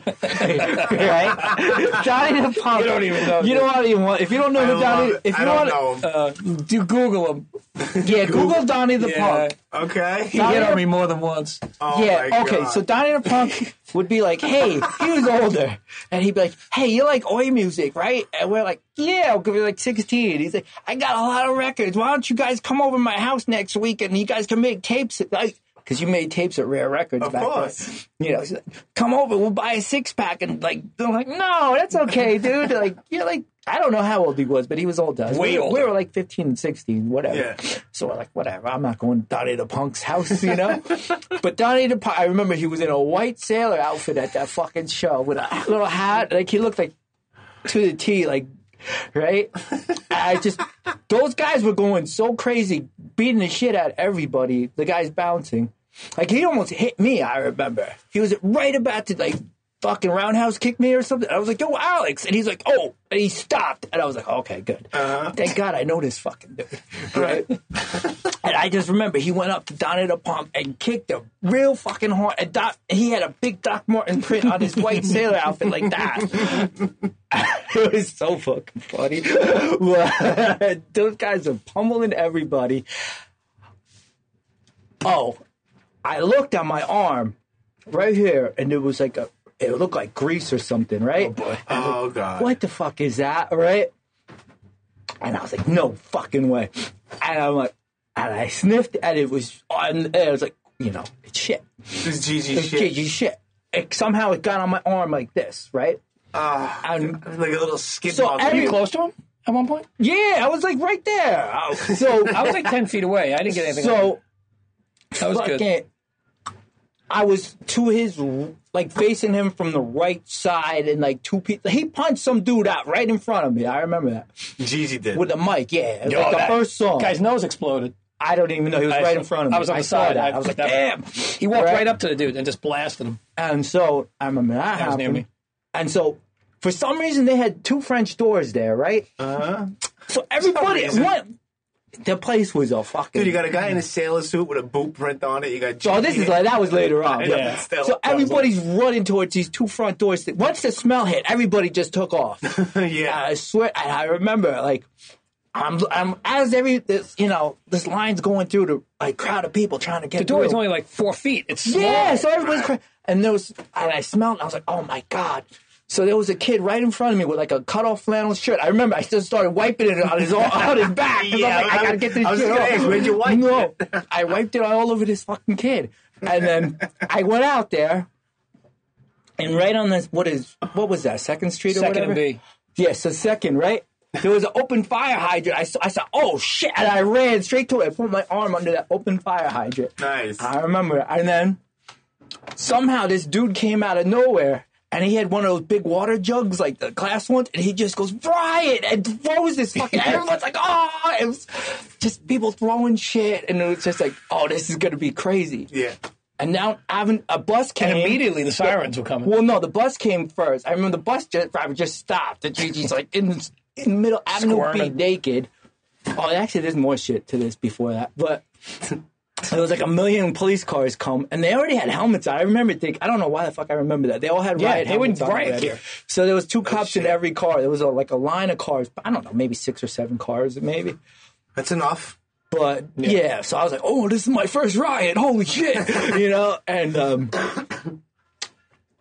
right? Donnie the Punk. You
don't even know
You
him.
don't even want. If you don't know who
love
Donnie,
it.
if
I
you
don't
want,
know him.
Uh, do Google him.
yeah, Google Donnie the
Yeah,
Punk.
okay.
he hit on me more than once.
Um,
Oh my
yeah, okay.
God.
So Donnie the Punk would be like, "Hey," he was older, and he'd be like, "Hey, you like oi music, right?" And we're like, "Yeah," because we're like sixteen. He's like, "I got a lot of records. Why don't you guys come over to my house next week and you guys can make tapes?" Like, because you made tapes at Rare Records
of
back then.
course.
you know, she's like, come over, we'll buy a six pack, and like, they're like, no, that's okay, dude. They're like, you're like, I don't know how old he was, but he was old. to us.
Way
we, were- we
older.
were like 15 and 16, whatever.
Yeah.
So we're like, whatever, I'm not going to Donnie the Punk's house, you know? but Donnie the Punk, I remember he was in a white sailor outfit at that fucking show with a little hat. Like, he looked like to the T, like, right? I just, those guys were going so crazy, beating the shit out of everybody. The guy's bouncing. Like he almost hit me. I remember he was right about to like fucking roundhouse kick me or something. I was like, "Yo, Alex," and he's like, "Oh," and he stopped, and I was like, "Okay, good. Thank God I know this fucking dude." Right? and I just remember he went up to Donnie the Pump and kicked him real fucking hard. And Doc, he had a big Doc Martin print on his white sailor outfit like that. it was so fucking funny. But Those guys are pummeling everybody. Oh, I looked on my arm right here, and it was like a, it looked like grease or something, right?
Oh god.
What the fuck is that, right? And I was like, no fucking way. And I'm like, and I sniffed, and it was on, and I was like, you know, it's shit.
This is Gigi
It's
shit.
shit. it's shit. It, somehow it got on my arm like this, right?
Ah,
And
like a little skid
So
mark.
every-
Were you close to him at one point?
yeah, I was like right there. I was- so I
I
was
was like ten feet away. I didn't get anything.
so
that was good.
fucking. I was to his r- like facing him from the right side, and like two people. He punched some dude out right in front of me. I remember that
Gigi did.
with a mic. Yeah, it was
Yo,
like the
that
first song.
Guy's nose exploded.
I don't even know. He was
I
right
saw-
in front of me.
I was on the
saw
side.
That.
I-
I, was like,
that-
damn.
He walked
Right.
right. up to the dude and just blasted him.
And so I remember that,
was near
happened.
me.
And so for some reason they had two French doors there, right?
uh-huh.
So everybody,
reason.
one, the place was a fucking.
Dude, you got a guy in a sailor suit with a boot print on it. You got. Gigi
So Oh, this is like that was later on.
I know,
yeah.
but still,
so
that was
everybody's running towards these two front doors. Once the smell hit, everybody just took off.
yeah.
I swear, and I remember like I'm I'm as every this you know this line's going through the like crowd of people trying to get
The door is
through.
only like four feet. It's small.
Yeah, so everybody's cra- and there was and I smelled. And I was like, oh my god. So there was a kid right in front of me with like a cut off flannel shirt. I remember I just started wiping it on his on his back. 'cause
Yeah,
I'm like, I,
I-
gotta get this
I was
shit
gonna
off.
ask, where'd you wipe
No, I wiped it all over this fucking kid. And then I went out there, and right on this, what is what was that Second Street or
Second
whatever?
and B.
Yeah, so second, right? There was an open fire hydrant. I saw, I saw, oh shit! And I ran straight to it. I put my arm under that open fire hydrant.
Nice.
I remember. it. And then somehow this dude came out of nowhere and he had one of those big water jugs, like the glass ones, and he just goes, Riot! and throws this fucking. everyone's like, oh! It was, just people throwing shit, and it was just like, oh, this is gonna be crazy.
Yeah.
And now having a bus came
And immediately the sirens were coming.
Well, no, the bus came first. I remember the bus ju- driver just stopped. The Gigi's like in the, in the middle Avenue B,
Squirming.
naked. Oh, actually, there's more shit to this before that, but it was like a million police cars come, and they already had helmets on. I remember thinking, I don't know why the fuck I remember that. They all had
Yeah,
riot
they went
helmets on
riot
already.
gear.
So there was
Oh,
two cops in every car. There was a, like a line of cars. I don't know, maybe six or seven cars, maybe.
That's enough.
But yeah. so I was like, "Oh, this is my first riot! Holy shit!" you know. And um,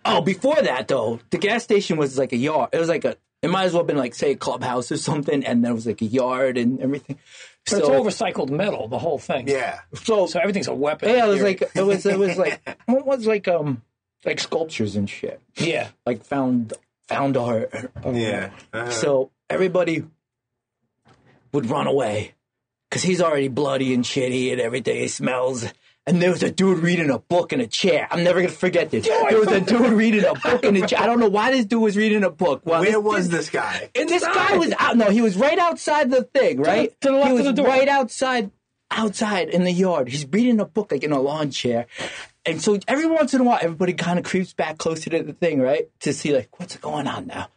oh, before that though, the gas station was like a yard. It was like a. It might as well have been like say a clubhouse or something, and there was like a yard and everything.
But it's
so,
all recycled metal, the whole thing.
Yeah.
so,
So everything's a weapon.
yeah, it was
theory.
like it was it was like what was like um like sculptures and shit
yeah.
like found found art. or-
Yeah.
or whatever.
Uh-huh.
So everybody would run away because he's already bloody and shitty and everything. He smells. And there was a dude reading a book in a chair. I'm never gonna forget this. There was a dude reading a book in a chair. I don't know why this dude was reading a book. Well,
Where was this guy?
and this guy was out. No, he was right outside the thing, right?
to the left
he
of
was
the door.
right outside, outside in the yard. He's reading a book like in a lawn chair, and so every once in a while, everybody kind of creeps back closer to the thing, right, to see like what's going on now.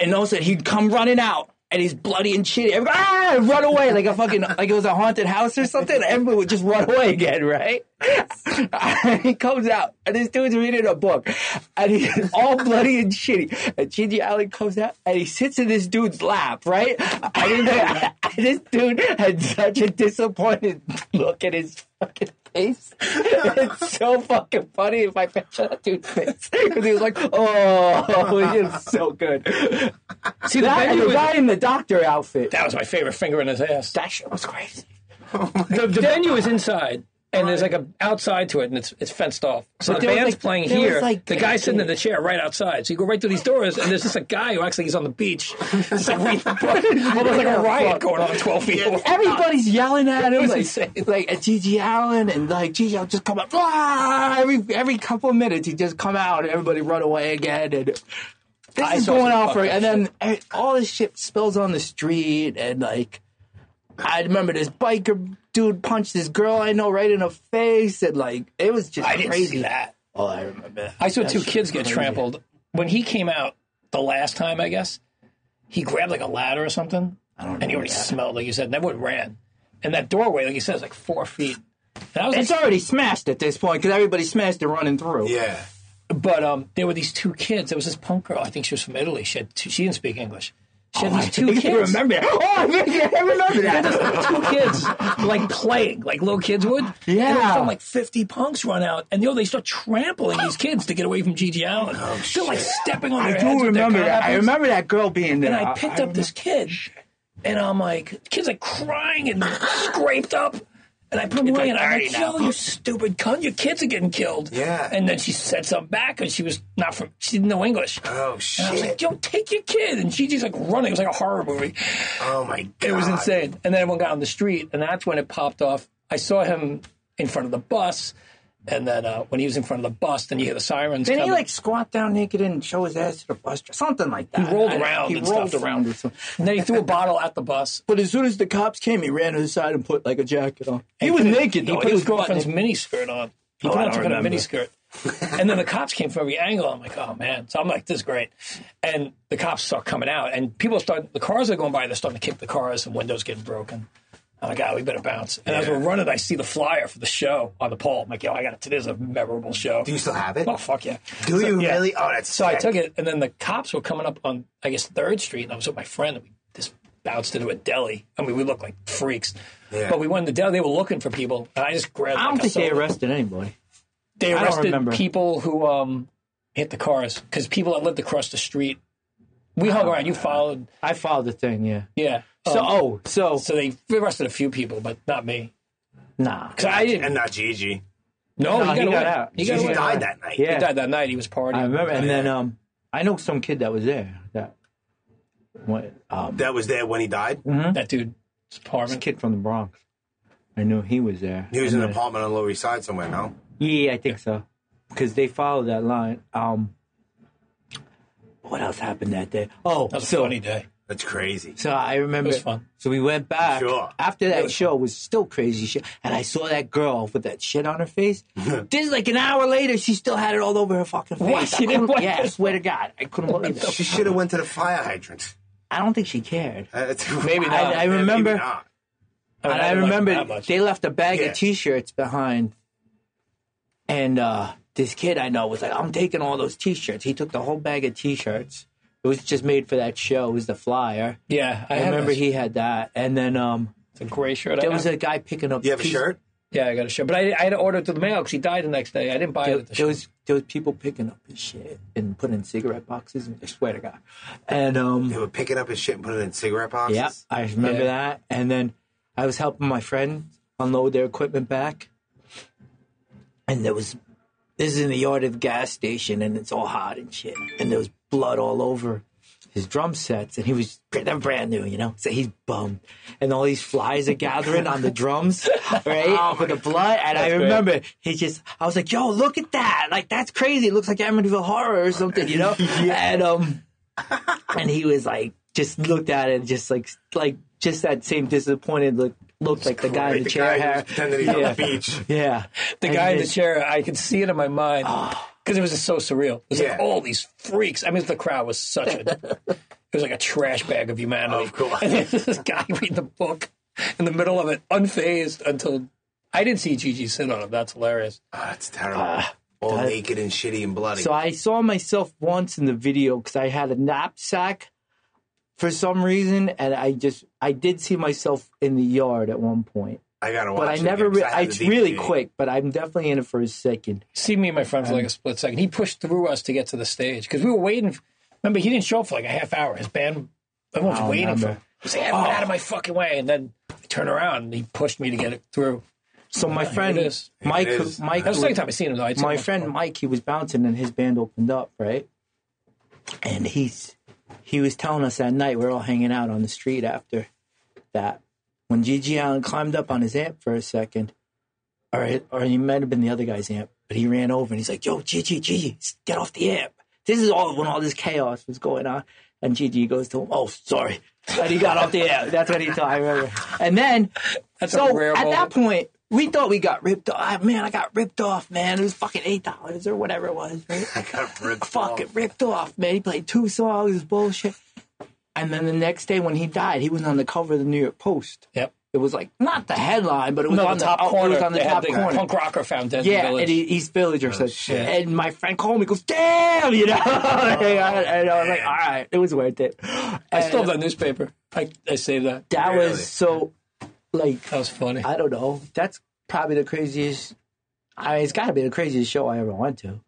and all of a sudden, he'd come running out. And he's bloody and shitty. Everybody, ah, and run away like a fucking like it was a haunted house or something. Everybody would just run away again, right? he comes out, and this dude's reading a book, and he's all bloody and shitty. And Gigi Allen comes out, and he sits in this dude's lap, right? I didn't know. This dude had such a disappointed look at his fucking face. It's so fucking funny if I picture that dude's face because he was like, "Oh, he is so good." See that and
venue
the
was-
guy in the doctor outfit.
That was my favorite finger in his ass.
that shit was crazy.
the, the venue is inside, and there's like a outside to it, and it's it's fenced off. So the
there was,
band's
like-
playing
there was,
here.
like,
the guy's sitting in the chair right outside. So you go right through these doors, and there's just a guy who actually is on the beach. It's like reading the book. Well, there's like a riot going on 12 feet away.
Everybody's yelling at him,
was
like,
insane.
like at Gigi Allen, and like Gigi Allen just come out. "Rah!" Every every couple of minutes, he just come out, and everybody run away again. And this is
saw
going on
some
for,
fucked up
and then eh, all this shit spills on the street, and like I remember this biker dude punched this girl I know right in the face, and like it was just
I didn't
crazy.
see that.
Oh, I remember.
I saw
That
two
shit
kids
was
get
crazy.
trampled. When he came out the last time, I guess, he grabbed like a ladder or something. I don't and he already smelled, like you said, and everyone ran. And that doorway, like you said, is like four feet. And I was
It's
like,
already smashed at this point because everybody smashed and running through.
Yeah.
but um, there were these two kids. There was this punk girl. I think she was from Italy. She had two, she didn't speak English. She had these two
Oh, I
kids.
remember that. Oh, I remember- I remember that.
two kids like playing, like little kids would.
Yeah.
And all of a sudden, like 50 punks run out, and you know, they start trampling these kids to get away from Gigi Allen. They're like stepping on their
Oh, I
heads
do
with their
remember that. I
carabins.
remember that girl being there.
And I picked up this kid, and I'm like, the kid's like crying and scraped up. And I put him away, and I'm like, yo, you stupid cunt, your kids are getting killed.
Yeah.
And then she said something back, and she was not from, she didn't know English.
Oh
And I was
shit.
like, yo, take your kid. And Gigi's like running. It was like a horror movie.
Oh my god.
It was insane. And then everyone got on the street, and that's when it popped off. I saw him in front of the bus, and then uh, when he was in front of the bus, then you hear the sirens.
Didn't he
coming.
like squat down naked and show his ass to the bus driver? Something like that.
He rolled
I-
around
He
and
rolled
stuff.
around or something.
And then he threw a bottle at the bus.
But as soon as the cops came, he ran to the side and put like a jacket on. He was naked.
He
though.
put his
butt
girlfriend's
naked.
miniskirt on. He
Oh,
put
I
on took
don't
out a
remember.
miniskirt. and then the cops came from every angle. I'm like, oh man. So I'm like, this is great. And the cops start coming out, and people start, the cars are going by, they're starting to kick the cars, and windows getting broken. I'm like, oh, we better bounce. And as we're running, I see the flyer for the show on the pole. I'm like, yo, I got it. Today's a memorable show.
Do you still have it?
Oh, fuck yeah.
Do you
yeah.
really? Oh, that's
So I took it, and then the cops were coming up on, I guess, Third Street, and I was with my friend, and we just bounced into a deli. I mean, we looked like freaks.
Yeah.
But we went in the deli, they were looking for people, and I just grabbed
I
like,
don't
a
think they
soda.
arrested anybody.
They
don't
arrested
remember.
people who um, hit the cars, because people that lived across the street. We hung around, you followed.
I followed the thing, yeah.
Yeah.
So,
Um,
oh, so,
so they arrested a few people, but not me.
nah.
'Cause I didn't.
And not Gigi.
no,
No,
he, got, away.
out.
He, got
Gigi
away.
died that night.
He
Yeah.
died that night. He was partying.
I remember. And then um, I know some kid that was there that went, um,
That was there when he died.
That dude's
this
apartment.
kid from the Bronx. I knew he was there.
He was
And
in an
then-
apartment on the Lower East Side somewhere. No.
Yeah, I think so. Because they followed that line. Um, what else happened that day? Oh,
That was a
so
funny day.
That's crazy.
So I remember.
It was fun.
So we went back
Sure.
after that show was still crazy shit, and I saw that girl with that shit on her face. this is like an hour later, she still had it all over her fucking face.
What?
I
She didn't
couldn't-
wipe
yeah, I
it?
swear to God, I couldn't believe it.
She should have went to the fire hydrant.
I don't think she cared.
Uh,
Maybe not.
I remember-
Maybe not.
and I
didn't like
remember
that much.
they left a bag
Yeah.
of t-shirts behind, and uh, this kid I know was like, "I'm taking all those t-shirts." He took the whole bag of t-shirts. It was just made for that show. It was the flyer.
Yeah, I,
I remember
remember he.
he had that, and then um,
It's a gray shirt.
there
I
was a guy picking up.
You have a
piece-
shirt?
Yeah, I got a shirt, but I, I had to order it to the mail because he died the next day. I didn't buy
There,
it. At the
there
shop.
was there was people picking up his shit and putting in cigarette boxes. And I swear to God, and
They
um,
were picking up his shit and putting it in cigarette boxes.
yeah, I remember
Yeah.
that. And then I was helping my friend unload their equipment back, and there was this is in the yard of the gas station, and it's all hot and shit, and there was blood all over his drum sets, and he was they're brand new, you know, so he's bummed, and all these flies are gathering on the drums, right, with the blood, and I
Oh That's great.
remember he just, I was like, yo, look at that, like that's crazy, it looks like Amityville Horror or something, you know, and um, and he was like, just looked at it, just like, like just that same disappointed look, looked like the guy in
Right,
the chair,
guy who was
hair.
pretending he's on the beach.
yeah,
the guy in the chair, I could see it in my mind
Ah.
because it was just so surreal. It was
Yeah.
like all these freaks. I mean, the crowd was such a. it was like a trash bag of humanity.
Of course.
And there's this guy reading the book in the middle of it, unfazed until I didn't see Gigi sit on him. That's hilarious.
Oh, that's terrible. All naked and shitty and bloody.
Ah, So I saw myself once in the video because I had a knapsack for some reason, and I just I did see myself in the yard at one point,
I gotta watch
but I
it
never.
again, 'cause
Re- I,
have
it's
the
really
DVD.
quick, but I'm definitely in it for a second.
See me and my friend for like a split second. He pushed through us to get to the stage because we were waiting. Remember, he didn't show up for like a half hour. His band, everyone was waiting for him. He said, "Everyone out of my fucking way!" And then I turned around and he pushed me to get it through.
So my
Yeah,
friend
it is.
Mike,
It is.
Mike,
That was the second time I seen him though. I'd seen
my
him
friend Mike, he was bouncing and his band opened up, right? And he's he was telling us that night we're all hanging out on the street after that when Gigi Allen climbed up on his amp for a second, or it- or he might have been the other guy's amp, but he ran over and he's like, "Yo, Gigi, Gigi, s- get off the amp!" This is all when all this chaos was going on, and Gigi goes to him, "Oh, sorry," and he got off the amp. That's what he thought. I remember. And then
That's
so
a rare
at
moment.
that point, we thought we got ripped off. Ah, Man, I got ripped off, man. It was fucking eight dollars or whatever it was. Right?
I got ripped off.
fucking ripped off, man. He played two songs, it was bullshit. And then the next day when he died, he was on the cover of the New York Post.
Yep.
It was like not the headline, but it was
No,
on
the top
oh,
corner.
It was on the
They had
top corner.
Punk rocker found dead in the
yeah,
village. Oh,
and he, East Village or something.
shit.
And my friend called me, goes, "Damn," you know. and, I, and I was like, "All right, it was worth it."
I still have that newspaper. I, I saved that.
That
Really?
was so, like,
That was funny.
I don't know. That's probably the craziest. I mean, it's got to be the craziest show I ever went to.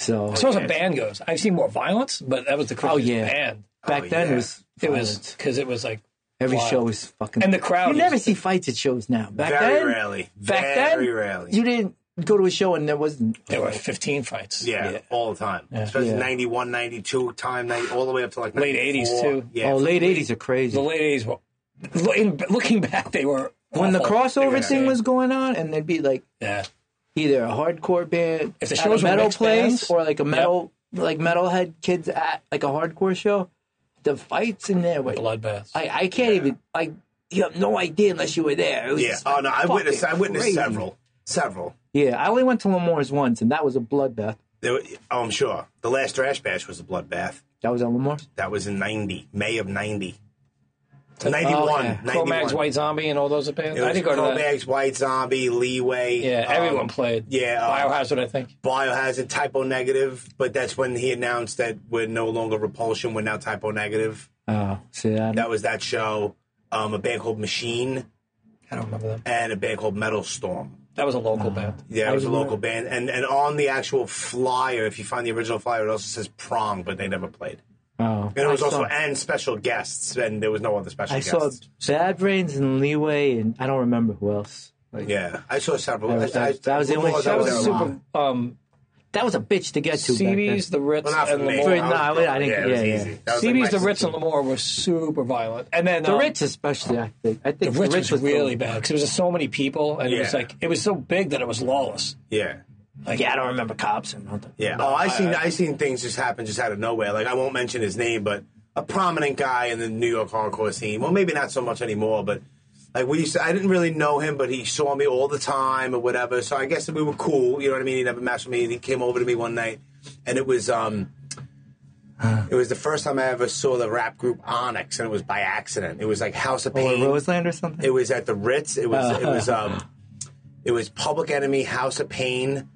So
as far as a band goes, I've seen more violence, but that was the
Oh,
craziest
yeah.
band.
back
Oh,
then
yeah.
it was
It was
violent.
because it was like
every
wild.
show was fucking
And the crowd
You
was-
never see fights at shows now. Back
Very
then,
rarely.
back
Very
then,
rarely.
you didn't go to a show and there wasn't.
there were 15 fights.
yeah, all the time. Especially 91, 92 time, 90, all the way up to like
Late 80s
94.
too.
Yeah.
Oh, late '80s are crazy.
The late 80s were. lo- in- Looking back, they were.
when the
awful. They were
crossover thing
insane.
was going on, and there'd be like
Yeah.
either a hardcore band
If the
at
shows
a
were
metal
mixed
place
bands,
or like a metal like metalhead kids at like a hardcore show, the fights in there were
Bloodbaths.
I, I can't even like you have no idea unless you were there. It was
Yeah.
just,
Oh, no, I
fucking
witnessed, I witnessed
crazy.
several. Several.
Yeah, I only went to Lamore's once, and that was a bloodbath.
There were, oh, I'm sure. The last Trash Bash was a bloodbath.
That was at Lamore's.
That was in 90, May of 90.
Oh,
91.
yeah.
91.
Comags, White Zombie, and all those bands.
It
I
was
didn't go to that.
Kobags, White Zombie, Leeway.
Yeah,
um,
everyone played.
yeah, um,
Biohazard, I think.
Biohazard, typo negative, but that's when he announced that we're no longer repulsion, we're now typo negative.
Oh, see that?
That was that show. Um, a band called Machine
I don't remember them.
and a band called Metal Storm.
That was a local band.
Uh, Yeah, it was a local band, and and on the actual flyer, if you find the original flyer, it also says prong, but they never played.
oh,
And it was
I
also
saw,
and special guests, and there was no other special
I saw
guests.
Bad Brains and Leeway, and I don't remember who else. Like,
yeah, I saw several.
That was-
I, I,
that was the only
Lamore's,
show
I
That
Wow.
was
there a lot.
super. Um,
that was a bitch to get to. back then.
CB's, The Ritz,
Well, not for
and
me.
For-
Lamore.
no, I
was-
didn't-
Yeah, it was
yeah, yeah.
easy. That was like
CB's,
my
The Ritz, and
16.
Lamore were super violent. And then
the
um,
Ritz especially. I think. I
The
think
Ritz was
the-
really bad because there was just so many people, and it was
Yeah.
like it was so big that it was lawless.
Yeah.
Like,
Yeah, I don't remember cops or nothing.
Yeah. oh, I seen I, seen things just happen just out of nowhere. Like I won't mention his name, but a prominent guy in the New York hardcore scene. Well, maybe not so much anymore, but like we used to, I didn't really know him, but he saw me all the time or whatever. So I guess we were cool. You know what I mean? He never messed with me. And he came over to me one night, and it was um, it was the first time I ever saw the rap group Onyx, and it was by accident. Oh, It was like House of Pain.
Roseland or something?
It was at the Ritz. It was it was
Uh-huh.
um, it was Public Enemy, House of Pain,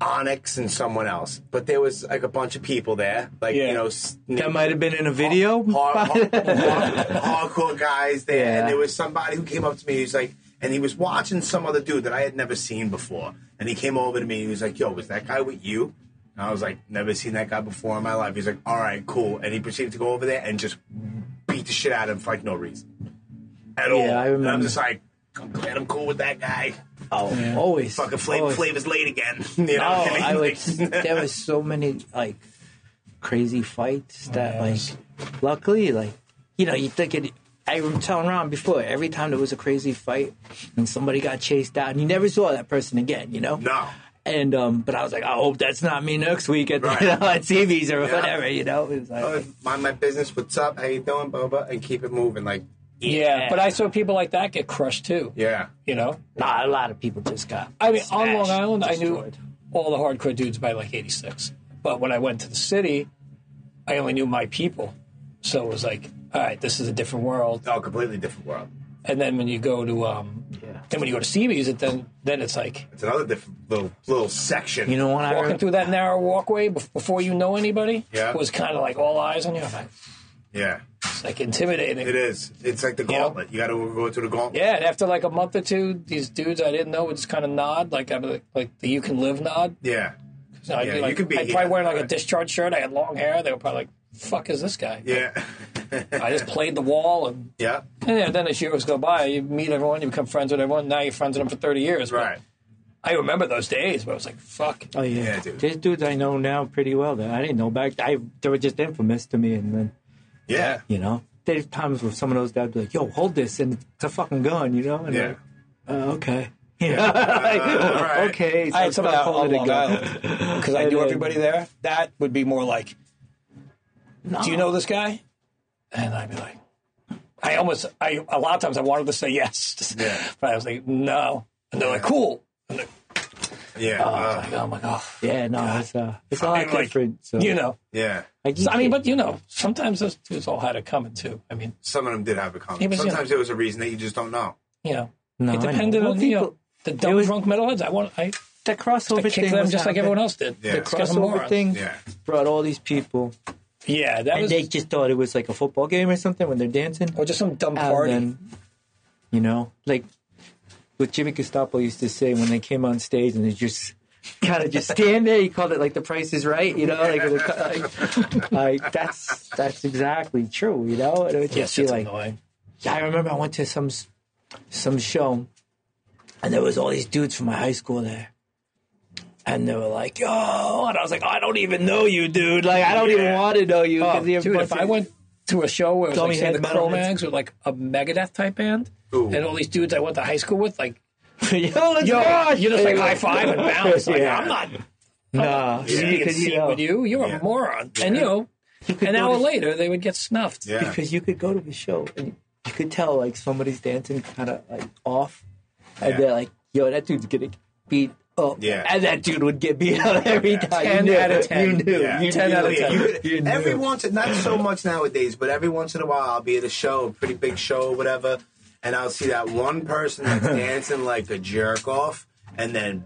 Onyx, and someone else. But there was like a bunch of people there, like
Yeah.
you know, s-
that might have been in a video.
hard, hard, hard- hardcore guys there,
Yeah.
and there was somebody who came up to me. He's like, and he was watching some other dude that I had never seen before, and he came over to me. and He was like, "Yo, was that guy with you?" And I was like, "Never seen that guy before in my life." He's like, "All right, cool," and he proceeded to go over there and just beat the shit out of him for like no reason at all.
I
And I'm
remember.
just like, "I'm glad I'm cool with that guy."
Oh, always
Fucking Flav,
always.
Flav is late again. You know
Oh,
what I mean?
I
Like-
would. there was so many like crazy fights that like, luckily, like you know, you think it. I was telling Ron before. Every time there was a crazy fight and somebody got chased out, and you never saw that person again. You know.
no.
And um, but I was like, I hope that's not me next week at,
Right.
you know, at TV's or
Yeah.
whatever. You know, it was like,
Oh, mind my business. What's up? How you doing, Boba? And keep it moving. Like,
Yeah, but I saw people like that get crushed too.
yeah.
You know,
nah, a lot of people just got.
I mean, on
smashed,
Long Island,
destroyed.
I knew all the hardcore dudes by like '86. But when I went to the city, I only knew my people. So it was like, all right, this is a different world.
Oh, completely different world.
And then when you go to, um, then when you go to Seabees, it then then it's like
It's another different little little section.
You know when I
walking
rem-
through that narrow walkway bef- before you know anybody
Yeah.
was kind of like all eyes on you. I'm like,
Yeah,
It's like intimidating.
it is. It's like the
know?
gauntlet. You got to go through the gauntlet.
Yeah, and after like a month or two, these dudes I didn't know would just kind of nod, like out of like the "You Can Live" nod.
Yeah,
So I'd
Yeah,
be
you
like,
could be
I'd
here.
probably wear like a discharge shirt. I had long hair. They were probably like, "Fuck is this guy?"
yeah,
I just played the wall, and,
yeah.
and yeah, then as years go by, you meet everyone, you become friends with everyone. Now you're friends with them for thirty years. But
Right.
I remember those days, but I was like, "Fuck."
Oh yeah,
Yeah, dude.
These dudes I know now pretty well. That I didn't know back. I they were just infamous to me, and then
Yeah,
you know, there's times where some of those guys be like, "Yo, hold this," and it's a fucking gun, you know. And
yeah.
like, uh, okay.
Uh, right.
Okay.
I had some of that
stop
on
holding a
Long
gun.
Island because I
And
knew
then-
everybody there. That would be more like, "Do you know this guy?" And I'd be like, "I almost, I a lot of times I wanted to say yes,
Yeah.
but I was like, no." And they're like, "Cool." And they're
Yeah, uh,
like, "Oh my god."
Yeah, no, it's uh, it's a lot
And, like,
different. So
You know,
yeah.
like,
So, I mean, but you know, sometimes those dudes all had it coming too. I mean,
Some of them did have a
He
comment.
was young.
Sometimes there was a reason that you just don't know.
you know,
No, I
it
know.
depended
Well,
on you know,
people-
the dumb
was-
drunk metalheads. I want I
the crossover
kick
thing
them
was
just like
happening.
everyone else did.
Yeah.
The
The
Crossover thing
Yeah.
brought all these people,
Yeah, that
and
was
they just thought it was like a football game or something when they're dancing.
or just some dumb
And
party.
then, you know, like what Jimmy Gestapo used to say when they came on stage and they just kind of just stand there. He called it like the price is right, you know, like, like, like, that's that's exactly true, you know. And it would
yeah,
just
shit's
be like,
annoying.
yeah, I remember I went to some s- some show, and there was all these dudes from my high school there, and they were like, "Yo," and I was like, "I don't even know you, dude. Like, I don't even
Yeah.
want to know you."
Oh,
'cause you're a
dude, if
bunch
I
of-
went to a show where it was
Dummy
like, say,
head
the
metalheads.
Cro-Mags with like a Megadeth type band,
Ooh.
and all these dudes I went to high school with, like,
yo, let's
yo,
go.
you just like high five and bounce. Like,
Yeah.
I'm not
Nah,
yeah,
see,
in
'cause,
seat
you know,
with you. You're
Yeah.
a moron. And you know, an
go
hour
to-
later they would get snuffed.
Yeah.
because you could go to the show and you could tell like somebody's dancing kind of like off, and
Yeah.
they're like, "Yo, that dude's gonna beat up,"
Yeah.
and that dude would get beat up every time.
10
you knew,
out of 10.
You knew.
Yeah.
You
10
knew.
out of
Yeah,
10.
you could-
You knew.
every once, not so much nowadays, but every once in a while, I'll be at a show, a pretty big show, whatever, and I'll see that one person that's dancing like a jerk off, and then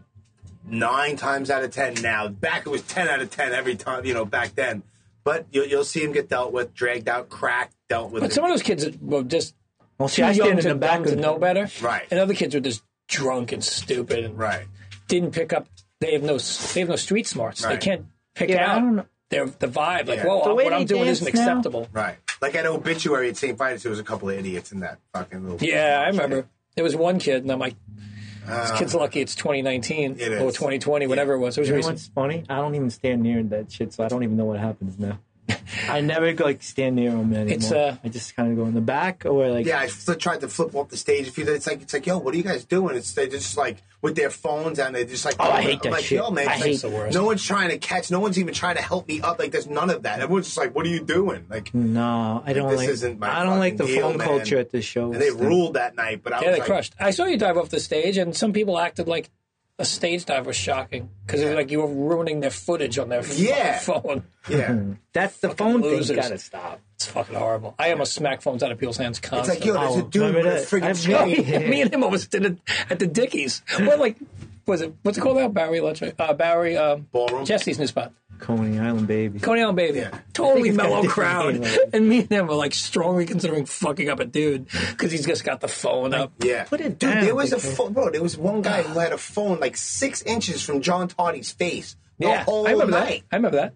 nine times out of ten now, back it was ten out of ten every time, you know, back then. But you'll, you'll see him get dealt with, dragged out, cracked, dealt with.
But some of those kids were just
Well, see,
too
I
young
stand in
to,
the back
to
of
know better.
Right.
And other kids were just drunk and stupid and
right,
didn't pick up. They have no they have no street smarts.
Right.
They can't pick
Yeah, I don't know.
out their the vibe. Like,
Yeah.
whoa,
The way
what I'm
they
doing isn't
dance now-
acceptable.
right. Like at obituary at St. Vitus, there was a couple of idiots in that fucking little.
Yeah, I remember. There was one kid, and I'm like, this kid's lucky it's 2019
Uh, It
or
is.
2020, whatever it was. It was
You know
recent.
what's funny? I don't even stand near that shit, so I don't even know what happens now. I never go, like stand near him anymore.
It's, uh,
I just kind of go in the back or like
Yeah, I fl- tried to flip off the stage a few days. It's like it's like, yo, what are you guys doing? It's they're just like with their phones and they're just like, oh,
I hate that
like,
shit.
Yo, man,
I
it's
hate
like,
the worst.
No one's trying to catch. No one's even trying to help me up. Like there's none of that. Everyone's just like, what are you doing? Like, and
no, I don't
this
Mm. like.
isn't my
I don't like the
fucking deal,
phone
man.
culture at the show.
they ruled that night. But I
Yeah,
was
they
like,
crushed. I saw you dive off the stage, and some people acted like a stage dive was shocking because it was like you were ruining their footage on their fucking
Yeah.
phone.
yeah.
That's the phone
losers.
thing. Got to stop.
It's fucking horrible. I almost smack phones out of people's hands
It's like,
constantly.
yo, there's a
Oh,
dude with
remember
a
that?
friggin'
I've-
screen.
me and him almost did it at the Dickies. Well, like, was it what's it called now? Barry Electric, uh, Barry um,
Ballroom?
Jesse's new spot,
Coney Island baby.
Coney Island Baby.
Yeah.
Totally
it's got a
mellow
different
crowd,
name, right?
and me and him were like strongly considering fucking up a dude because he's just got the phone up.
Yeah,
Put it
Dude,
down,
there was a
dickhead.
phone, bro. There was one guy who had a phone like six inches from John Toddy's face. The
Yeah,
whole
I remember
night.
that. I remember that.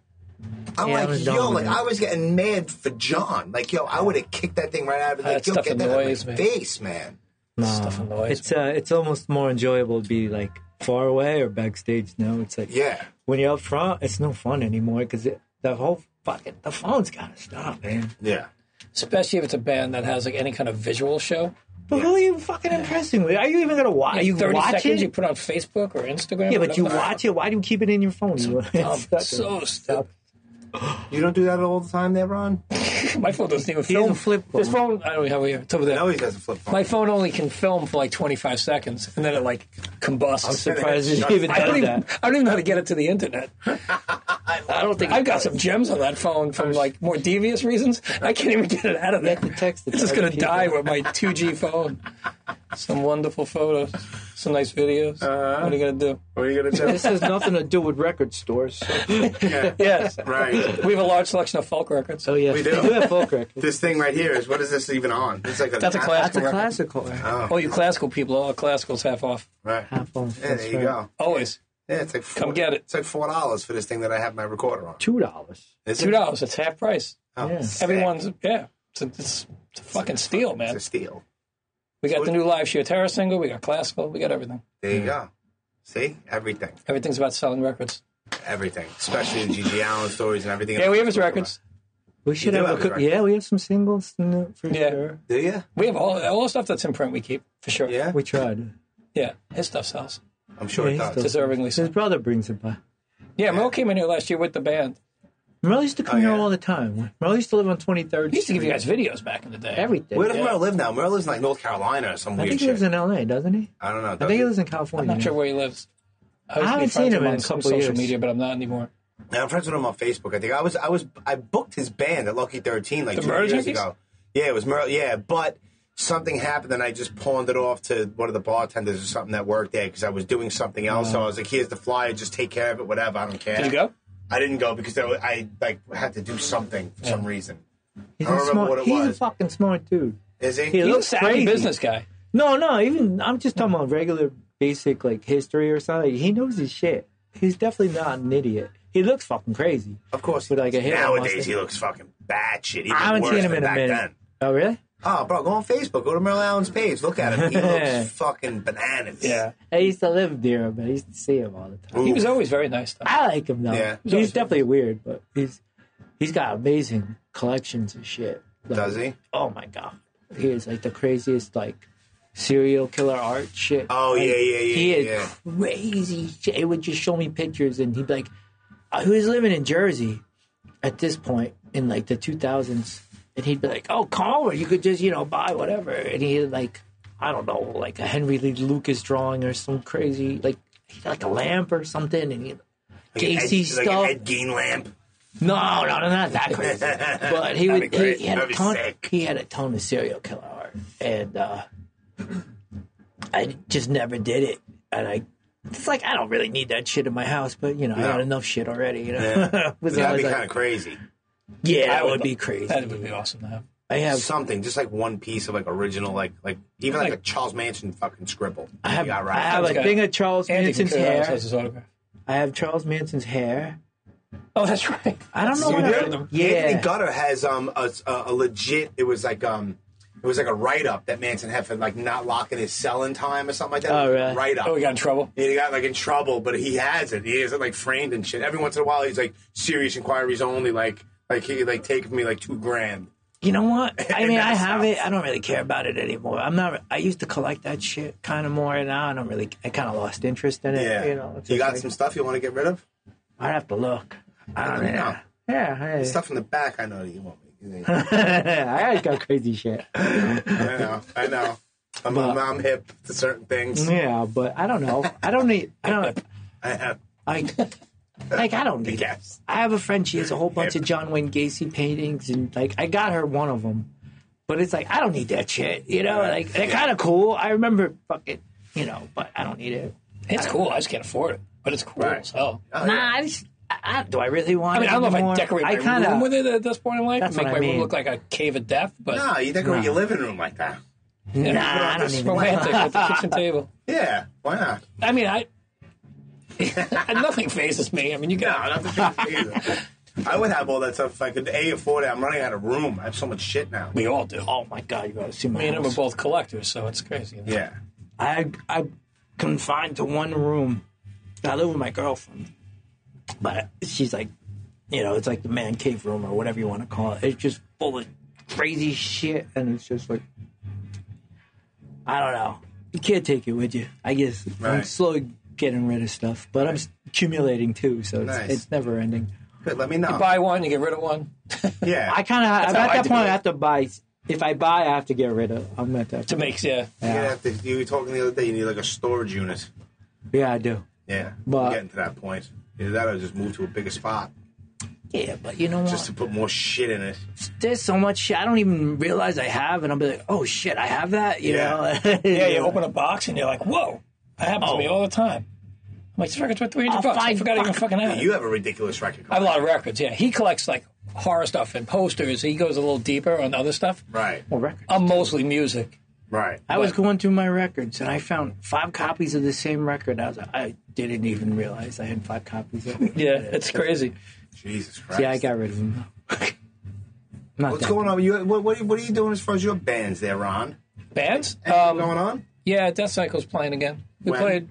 I'm
Yeah, I
like,
was
yo,
done with
like
it.
I was getting mad for John. Like, yo, I would have kicked that thing right out of it. Like,
That
yo,
stuff
get that out
annoys
of my
me.
face, man.
Stuff annoys
It's uh, it's almost more enjoyable to be like far away or backstage now. It's like
Yeah.
when you're up front, it's no fun anymore because the whole fucking the phone's got to stop, man.
Yeah.
especially if it's a band that has like any kind of visual show.
But who are you fucking impressing with? Are you even gonna watch? Are you
Thirty
watch
seconds you
it?
put on Facebook or Instagram.
Yeah,
or
but you
whatever.
watch it. Why do you keep it in your phone?
I'm
It's stuck in-
so stupid.
You don't do that all the time there, Ron?
My phone doesn't even
doesn't
film.
flip
This
phone.
phone, I don't have it here. It's over there.
No, he doesn't flip phone.
My phone only can film for like 25 seconds, and then it like combusts. I'm
surprised it even
I don't,
does
even,
that.
I don't even know how to get it to the internet. I don't think I've got some gems on that phone from like more devious reasons. I can't even get it out of there.
have to text it
it's
to
just
other
gonna
people.
die with my 2G phone. Some wonderful photos, some nice videos. What are you gonna do?
What are you gonna do?
This has nothing to do with record stores.
yeah.
Yes,
Right.
we have a large selection of folk records.
Oh yeah,
We
we
do.
do, have folk records.
This thing right here is what is this even on? It's like a
That's a
That's
classical
a
record.
classical
Oh,
Oh, you classical people! All classicals half off.
right. Yeah,
Apple.
there
That's
you
right.
go.
Always
Yeah, it's like four,
Come get it.
It's like four dollars for this thing that I have my recorder on.
Two dollars.
Is it?
two dollars. It's half price.
Oh,
Yeah.
sick.
Everyone's yeah. It's a, it's, it's a fucking steal,
It's
man.
a steal.
We got the new live Shia Terra single. We got classical. We got everything.
There you go. See everything,
Everything's about selling records.
everything, especially the Gigi Allen stories and everything.
Yeah, we have his records.
We should
do
have.
have
a,
it,
coo-
right?
Yeah, we have some singles in it for
Yeah.
sure.
Do you?
We have all all the stuff that's in print. We keep for sure.
Yeah,
We tried.
yeah. His stuff sells
I'm sure
Yeah,
it
he's
does.
deservingly.
His
So.
brother brings it by.
Yeah, Merle came in here last year with the band.
Merle used to come
Oh, yeah.
here all the time. Merle used to live on Twenty Third.
He used to give you guys videos back in the day.
everything.
Where does Merle live now? Merle lives in like North Carolina or some
I
weird
think he
shit.
lives in L.A. Doesn't he?
I don't know.
I
does
think
he?
he lives in California.
I'm not sure where he lives. I, used to be
haven't
friends
seen
with
him in
on
a
some
couple
social
years.
media, but I'm not anymore.
Yeah, I'm friends with him on Facebook. I think I was I was I booked his band at Lucky Thirteen like
The
two
Murder
years
Junkies?
ago. Yeah, it was Merle. Yeah, but something happened and I just pawned it off to one of the bartenders or something that worked there because I was doing something else.
Mm.
So I was like, "Here's the flyer. Just take care of it. Whatever. I don't care."
Did you go?
I didn't go because there was, I like had to do something for some reason.
He's
I don't
a
remember
smart.
what it
he's a
was.
fucking smart dude.
Is he?
He
He's a
looks
savvy
crazy.
business guy.
No, no. Even I'm just talking about regular, basic like history or something. He knows his shit. He's definitely not an idiot. He looks fucking crazy.
of course.
With like a hair
Nowadays
mustache.
he looks fucking batshit. Even
I haven't
worse
seen him
than
in a
back
minute.
Then.
Oh really?
Oh, bro, go on Facebook. Go to Merle Allen's page. Look at him. He looks fucking bananas.
Yeah,
I used to live near him, but I used to see him all the time.
he was always very nice. Though.
I like him though.
Yeah.
He's, definitely weird, but he's he's got amazing collections of shit. Like,
Does he?
Oh my god, he is like the craziest like serial killer art shit.
Oh,
Like,
yeah, yeah, yeah,
He is
yeah.
crazy. Shit. It would just show me pictures, and he'd be like, uh, "He was living in Jersey at this point in like the 2000s, and he'd be like, "Oh, call her. You could just you know buy whatever," and he had like. I don't know, like a Henry Lee Lucas drawing or some crazy, like he had, like a lamp or something, and he
Like an
JC
Ed-
stuff.
Like an Ed Gein lamp.
no, no, no, not that crazy. but
That'd
he would
be great.
he had
That'd
a
be
ton
sick.
he had a ton of serial killer art, and uh, I just never did it. And I it's like I don't really need that shit in my house, but you know I
No.
got enough shit already. You know,
Yeah.
Was- I
That'd
was
be
like,
kind of crazy.
yeah,
I
that
would
would, be
love-
crazy.
That would be awesome to have.
I have
Something, just like one piece of like original, like like even like,
Like-
a Charles Manson fucking scribble.
I have,
You got
I have
Sounds
a
good.
thing of Charles
Andy
Manson's
Contreras
hair.
has his autograph.
I have Charles Manson's hair.
Oh, that's right.
I don't know what
you
I-
did them.
yeah.
Anthony Gutter has um a, a, a legit. It was like um. It was like a write up that Manson had for like not locking his cell in time or something like that.
Oh, really?
Write up.
Oh, we got in trouble.
And he got like in trouble, but he has it. He has it like framed and shit. Every once in a while, he's like serious inquiries only, like. Like he like take me like two grand.
You know what? I
And
mean,
that
I have
sucks.
it. I don't really care about it anymore. I'm not. I used to collect that shit kind of more, and now I don't really. I kind of lost interest in it.
Yeah.
You know. It's
you
just
got
like,
some stuff you want to get rid of?
I'd have to look. I don't
Let me
know.
know.
Yeah. Hey.
Stuff in the back. I know that you want me.
I always got crazy shit.
I know. I know. I'm, I'm, I'm hip to certain things.
Yeah, but I don't know. I don't need. I don't.
I have.
I like. I don't need. it.
Yes.
I have a friend. She has a whole bunch of John Wayne Gacy paintings, and like I got her one of them. But it's like I don't need that shit. You know, like they're kind of cool. I remember fucking. You know, but I don't need it.
It's cool. I just can't afford it, but it's cool
Right.
as hell.
Oh,
Nah,
yeah.
I just. I, I, do I really want?
I mean,
it
I don't know if I
anymore?
decorate my
kinda-
room with it at this point in life.
That's
Make
what
my
I
room
mean.
look like a cave of death, but
No, you decorate your living room like that.
Nah,
Yeah, put it on
I don't
this
even-
romantic at the kitchen table.
Yeah. Why not?
I mean, I nothing phases me. I mean, you
No,
got
not the big either. I would have all that stuff if I could A afford it. I'm running out of room. I have so much shit now.
we all do.
Oh my god, you gotta see my.
me and him are
house.
both collectors, so it's crazy.
Yeah.
I I confined to one room. I live with my girlfriend, but she's like, you know, it's like the man cave room or whatever you want to call it. It's just full of crazy shit, and it's just like, I don't know. You can't take it with you. I guess I'm
Right.
slowly getting rid of stuff, but I'm s- accumulating too, so it's,
Nice.
it's never ending.
Good. Let me know.
Buy one, you get rid of one.
yeah.
I kind of at
how
that
I
point
do it.
I have to buy. If I buy, I have to get rid of. I'm at that.
To make yeah,
you, have to, you were talking the other day. You need like a storage unit.
Yeah, I do.
Yeah.
But-
I'm getting to that point. Either that or just move to a bigger spot
Yeah, but you know what?
just to put more shit in it.
there's so much shit I don't even realize I have, and I'll be like, oh shit, I have that. You
Yeah.
know?
yeah. You open a box and you're like, whoa, that happens to me
Oh.
all the time. I'm like, this record's worth 300
Oh,
bucks. I
fine,
forgot I even
fuck.
fucking had it.
You have a ridiculous record.
I have a lot of records. Yeah, he collects like horror stuff and posters. He goes a little deeper on other stuff.
Right.
Well, records.
I'm mostly music.
Right.
Oh, I was going through my records and I found five copies of the same record. I was like, I didn't even realize I had five copies of it.
Yeah, it's crazy.
Jesus Christ.
yeah, I got rid of them. though. Not
What's
that.
going on? You, what, what, are you- what are you doing as far as your bands there, Ron?
Bands?
Anything
Um,
going on?
Yeah, Death Cycle's playing again. We
When?
played.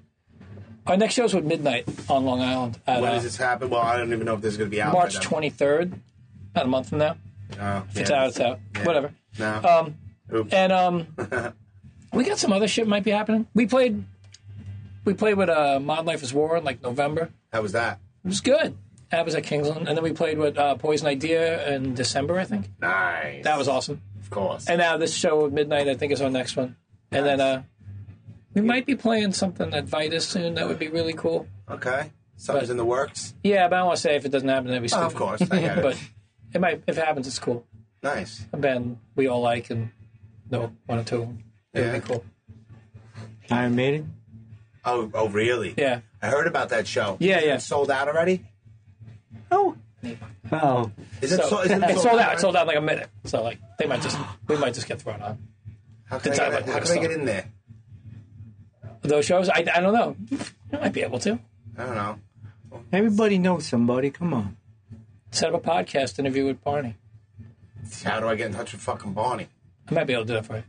Our next show's with Midnight on Long Island at
When
uh,
does this happen? Well, I don't even know if this is going to be out. by
March
then.
23rd, about a month from now.
No,
If it's
yeah.
out, it's out.
Yeah.
Whatever.
No.
Um,
Oops.
and um, we got some other shit might be happening. We played. We played with uh, Mod Life is War in like November.
How was that?
It was good. That was at Kingsland, and then we played with uh, Poison Idea in December, I think.
Nice.
That was awesome.
of course.
And now this show at midnight, I think, is our next one. And then uh, we might be playing something at Vitus soon. That would be really cool.
okay. Something's
But-
in the works.
Yeah, but I don't want to say if it doesn't happen, that'd be
Oh,
stupid.
of course. I get it.
but it might. If it happens, it's cool.
nice.
A band we all like and know one or two. of 'em. It would
Yeah.
be cool.
Iron Maiden?
Oh, oh, really?
Yeah.
I heard about that show.
Yeah, yeah.
It's Sold out already?
Oh. Oh.
Is it,
So-
so, is it
it sold out. It
already?
sold out in like a minute. So like they might just we might just get thrown on
How can, I get,
It's out like
how
we're
can I get
sold.
in there?
those shows. I, I don't know. I might be able to
I don't know.
Everybody knows somebody. Come on.
set up a podcast interview with Barney.
How do I get in touch with fucking Barney?
I might be able to do that for you.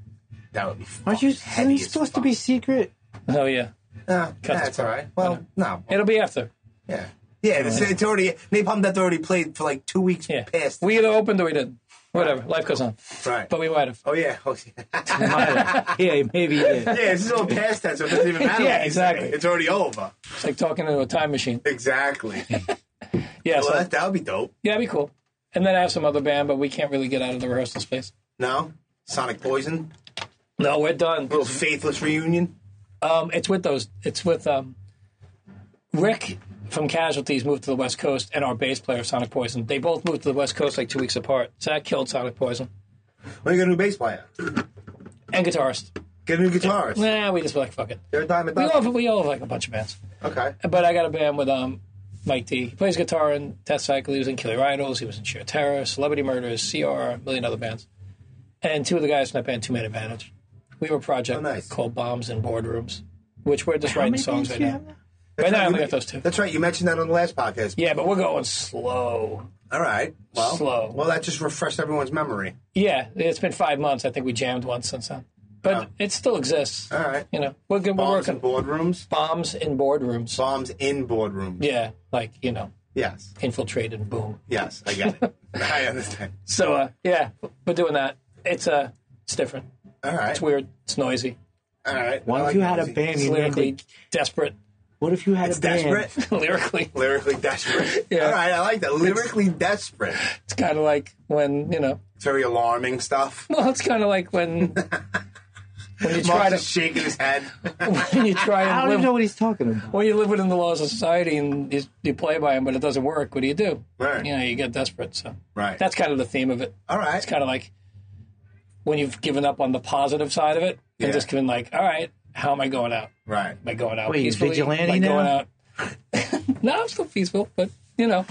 That would be.
Aren't you
fucking
isn't
heady
it
Oh, as
supposed to
fuck.
be secret?
Oh yeah,
No,
this
that's all
part.
right. Well, no.
it'll be after.
Yeah. Yeah, it's, it's already Napalm Death already played for like two weeks
Yeah,
past.
we either opened or we didn't. Whatever. Life goes on.
right.
But we might have.
oh yeah. Oh, yeah.
yeah, maybe yeah.
yeah, it's just all past tense, so it doesn't even matter.
Yeah,
what you
exactly.
say. It's already over.
It's like talking into a time machine.
Exactly.
Yeah,
well,
so,
that, that would be dope.
yeah, that'd be cool. And then I have some other band, but we can't really get out of the rehearsal space.
No, Sonic Poison,
No, we're done.
little faithless reunion.
Um, it's with those. It's with um, Rick from Casualties moved to the West Coast, and our bass player Sonic Poison. They both moved to the West Coast like two weeks apart. So that killed Sonic Poison
When you got a new bass player,
and guitarist.
get a new guitarist.
Nah, we just were like fuck it.
They're a dime a
We all
dozen.
we all have like a bunch of bands.
Okay.
But I got a band with um, Mike D. He plays guitar in Death Cycle. He was in Killer Idols. He was in Sheer Terror, Celebrity Murders, CR, a million other bands. And two of the guys from that band, Two Man Advantage. We have a project
Oh, nice.
called Bombs in Boardrooms, which we're just writing
many
songs
bands
right
do you
now.
have now?
Right now, I
You-
only got those two.
That's right. You mentioned that on the last podcast.
Yeah, but we're going slow.
All right. Well,
Slow.
Well, that just refreshed everyone's memory.
Yeah, it's been five months. I think we jammed once since then. But
Oh.
it still exists.
All right.
You know, we're, good, we're
Bombs in
working.
boardrooms.
Bombs in Boardrooms.
Bombs in boardrooms.
Yeah, like, you know,
Yes.
infiltrated and boom.
Yes. I get it. I understand.
So uh, yeah, but doing that, it's uh, it's different.
All right.
It's weird. It's noisy.
All right.
What
I
if
like
you had a
music.
band?
It's
You
lyrically
landed,
desperate.
what if you had
It's
a band?
desperate.
lyrically,
Lyrically desperate. All right. I like that. Lyrically desperate.
it's kind of like when you know.
It's very alarming stuff.
Well, it's kind of like when when you try
Mark's
to
just shaking his head.
when you try
I
and
don't
live
even know what he's talking about.
Well, you live within the laws of society and you, you play by them, but it doesn't work. What do you do?
Right.
You know, you get desperate. So
Right.
that's kind of the theme of it.
All right.
It's kind of like when you've given up on the positive side of it
Yeah.
and just been like, all right, how am I going out?
right.
Am I going out
Wait, you
peacefully?
vigilante
Am I going
now?
out? no, I'm still peaceful, but you know,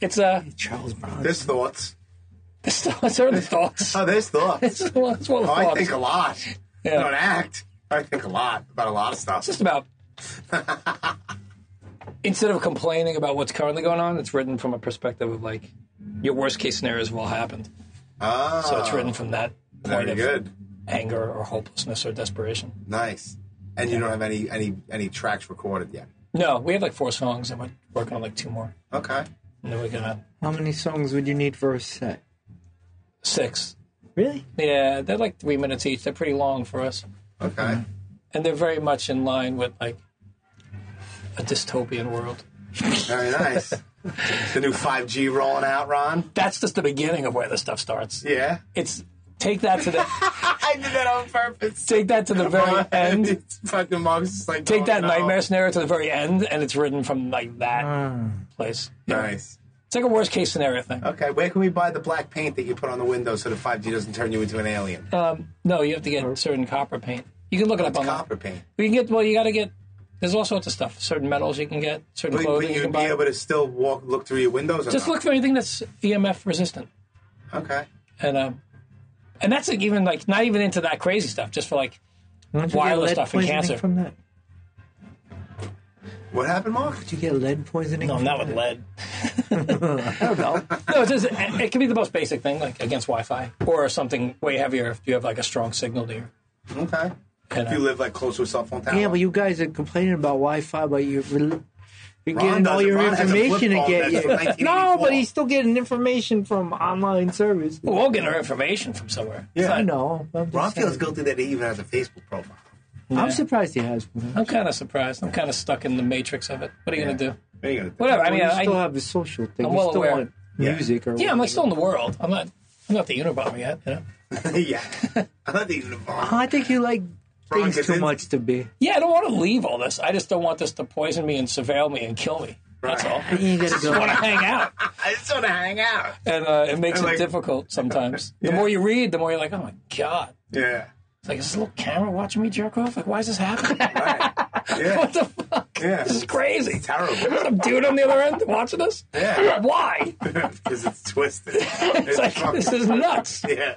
it's uh,
Charles Bronson.
There's thoughts.
it's are the thoughts.
Oh, there's thoughts.
It's one it's one of
Oh,
the
I
thoughts.
think a lot.
Yeah.
I don't act. I think a lot about a lot of stuff.
just about instead of complaining about what's currently going on, it's written from a perspective of like your worst case scenarios have all happened.
Oh,
So it's written from that point
very
of
good.
anger or hopelessness or desperation.
Nice. And you don't have any any any tracks recorded yet.
No, we have like four songs and we're working on like two more.
Okay.
And then we're gonna
How many songs would you need for a set?
six.
Really?
Yeah, they're like three minutes each. They're pretty long for us.
Okay.
And they're very much in line with like a dystopian world.
Very nice. the new 5G rolling out, Ron.
That's just the beginning of where the stuff starts.
Yeah.
It's take that to the
I did that on purpose.
take that to the very end.
It's fucking Mark's just like
take that
going, Oh, no.
nightmare scenario to the very end, and it's written from like that place. Yeah.
Nice.
It's like a worst case scenario thing.
Hmm. Okay, where can we buy the black paint that you put on the window so the 5G doesn't turn you into an alien?
Uh, No, you have to get certain copper paint. You can look it up
It's
online.
copper paint.
You can get well. You got to get. There's all sorts of stuff. Certain metals you can get. Certain
But, but
clothing you can
you'd be
buy.
able to still walk, look through your windows. Or
Just
not?
look for anything that's EMF resistant,
Okay.
and um, and that's like even like not even into that crazy stuff. Just for like
Why don't you get
Wireless
lead
stuff and
poisoning
cancer.
From that?
What happened, Mark?
Did you get lead poisoning?
no,
from
not with
that?
lead. I don't know. No, it's just, it it can be the most basic thing, like against Wi-Fi or something way heavier if you have like a strong signal to your.
Okay.
And,
If you
uh,
live like close to a cell phone tower.
Yeah, but you guys are complaining about Wi-Fi, but you're rel- you're
Ron
getting all
doesn't.
your
Ron has a flip
information
phone
again.
that's from 1984.
No, but he's still getting information from online service.
We're all getting our information from somewhere. It's
Yeah.
I know. I'm, just
Ron feels
saying.
guilty that he even has a Facebook profile.
I'm surprised he has one.
I'm kind of surprised. I'm kind of stuck in the matrix of it. What are you going to do?
What are you gonna do?
Whatever. I mean,
you
I,
still have the social thing.
I'm
you
well
still
aware.
want
Yeah.
music or
yeah, I'm like
whatever.
still in the world. I'm not. I'm not the Unabomber yet. You know?
yeah. I thought they even
I think you like
Ron
things
gets
too
in-
much to be.
Yeah, I don't want to leave all this. I just don't want this to poison me and surveil me and kill me. That's all.
You ain't gotta
I want
go.
to hang out,
I just want to hang out.
and uh, it makes
And, like-
it difficult sometimes. The more you read, the more you're like, oh my god.
Yeah.
It's like is this little camera watching me jerk off? Like, why is this happening?
Right. Yeah.
what the fuck?
Yeah.
This is crazy.
Terrible.
Some dude on the other end watching us.
Yeah.
Why?
Because it's twisted. It's,
It's like
fucking-
this is nuts.
yeah.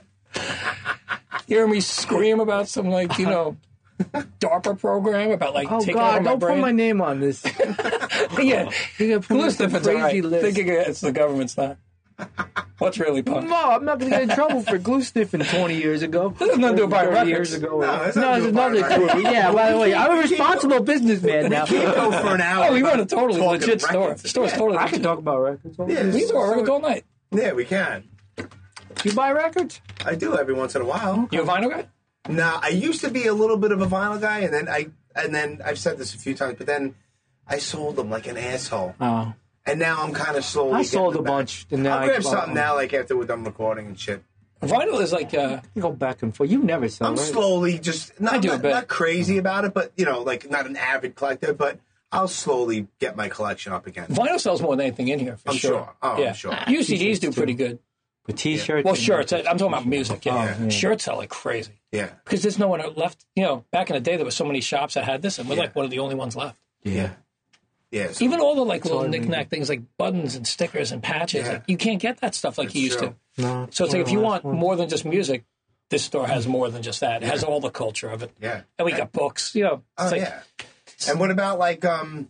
hear me scream about some like you know DARPA program about like
Oh
taking
God!
over my
Don't put
brain.
my name on this.
yeah,
You're gonna put me on
list
some
if it's
crazy
all right.
list.
Thinking it's the government's not. What's really punk?
No, I'm not gonna get in trouble for glue sniffing 20 years ago. This
has nothing to do with buying
years
records.
ago.
No,
No,
it's
it's,
not to do with
another
buying
clue.
records.
Yeah, by the way, I'm a responsible businessman now.
Can't go for an hour.
Oh, we run a
without
totally
talking
legit store.
records.
Store's
yeah.
totally
I can
legit.
talk about records. all
Yeah.
day.
We
so-
do our records
so-
all night.
Yeah, we can.
You buy records?
I do every once in a while.
You a vinyl guy?
Now, I used to be a little bit of a vinyl guy, and then I and then I've said this a few times, but then I sold them like an asshole.
Oh,
And now I'm kind of slowly.
I
getting
sold
them
a
back.
bunch, and now
I'll
I
grab
bought
something
one.
now, like after we're done recording and shit.
Vinyl is like uh,
you go back and forth. You never sell.
I'm
right?
slowly just not,
do a
not,
bit.
not crazy about it, but you know, like not an avid collector, but I'll slowly get my collection up again.
vinyl sells more than anything in here. For
I'm
sure.
sure. Oh, I'm
yeah.
sure.
UCDs do pretty good.
With t-shirts.
Well,
and-
shirts. I- I'm talking about music. Yeah.
yeah.
Shirts sell like crazy
Yeah,
because there's no one left. You know, back in the day, there were so many shops that had this, and we're
Yeah.
like one of the only ones left.
yeah, yeah. so-
even all the like little
hard to
knickknack things like buttons and stickers and patches,
Yeah.
like, you can't get that stuff like you used
true.
to.
No,
So it's like
one
if you
last
want
one.
more than just music, this store has more than just that. It has all the culture of it.
Yeah.
and we got books. You know,
oh
it's like
yeah. And what about like um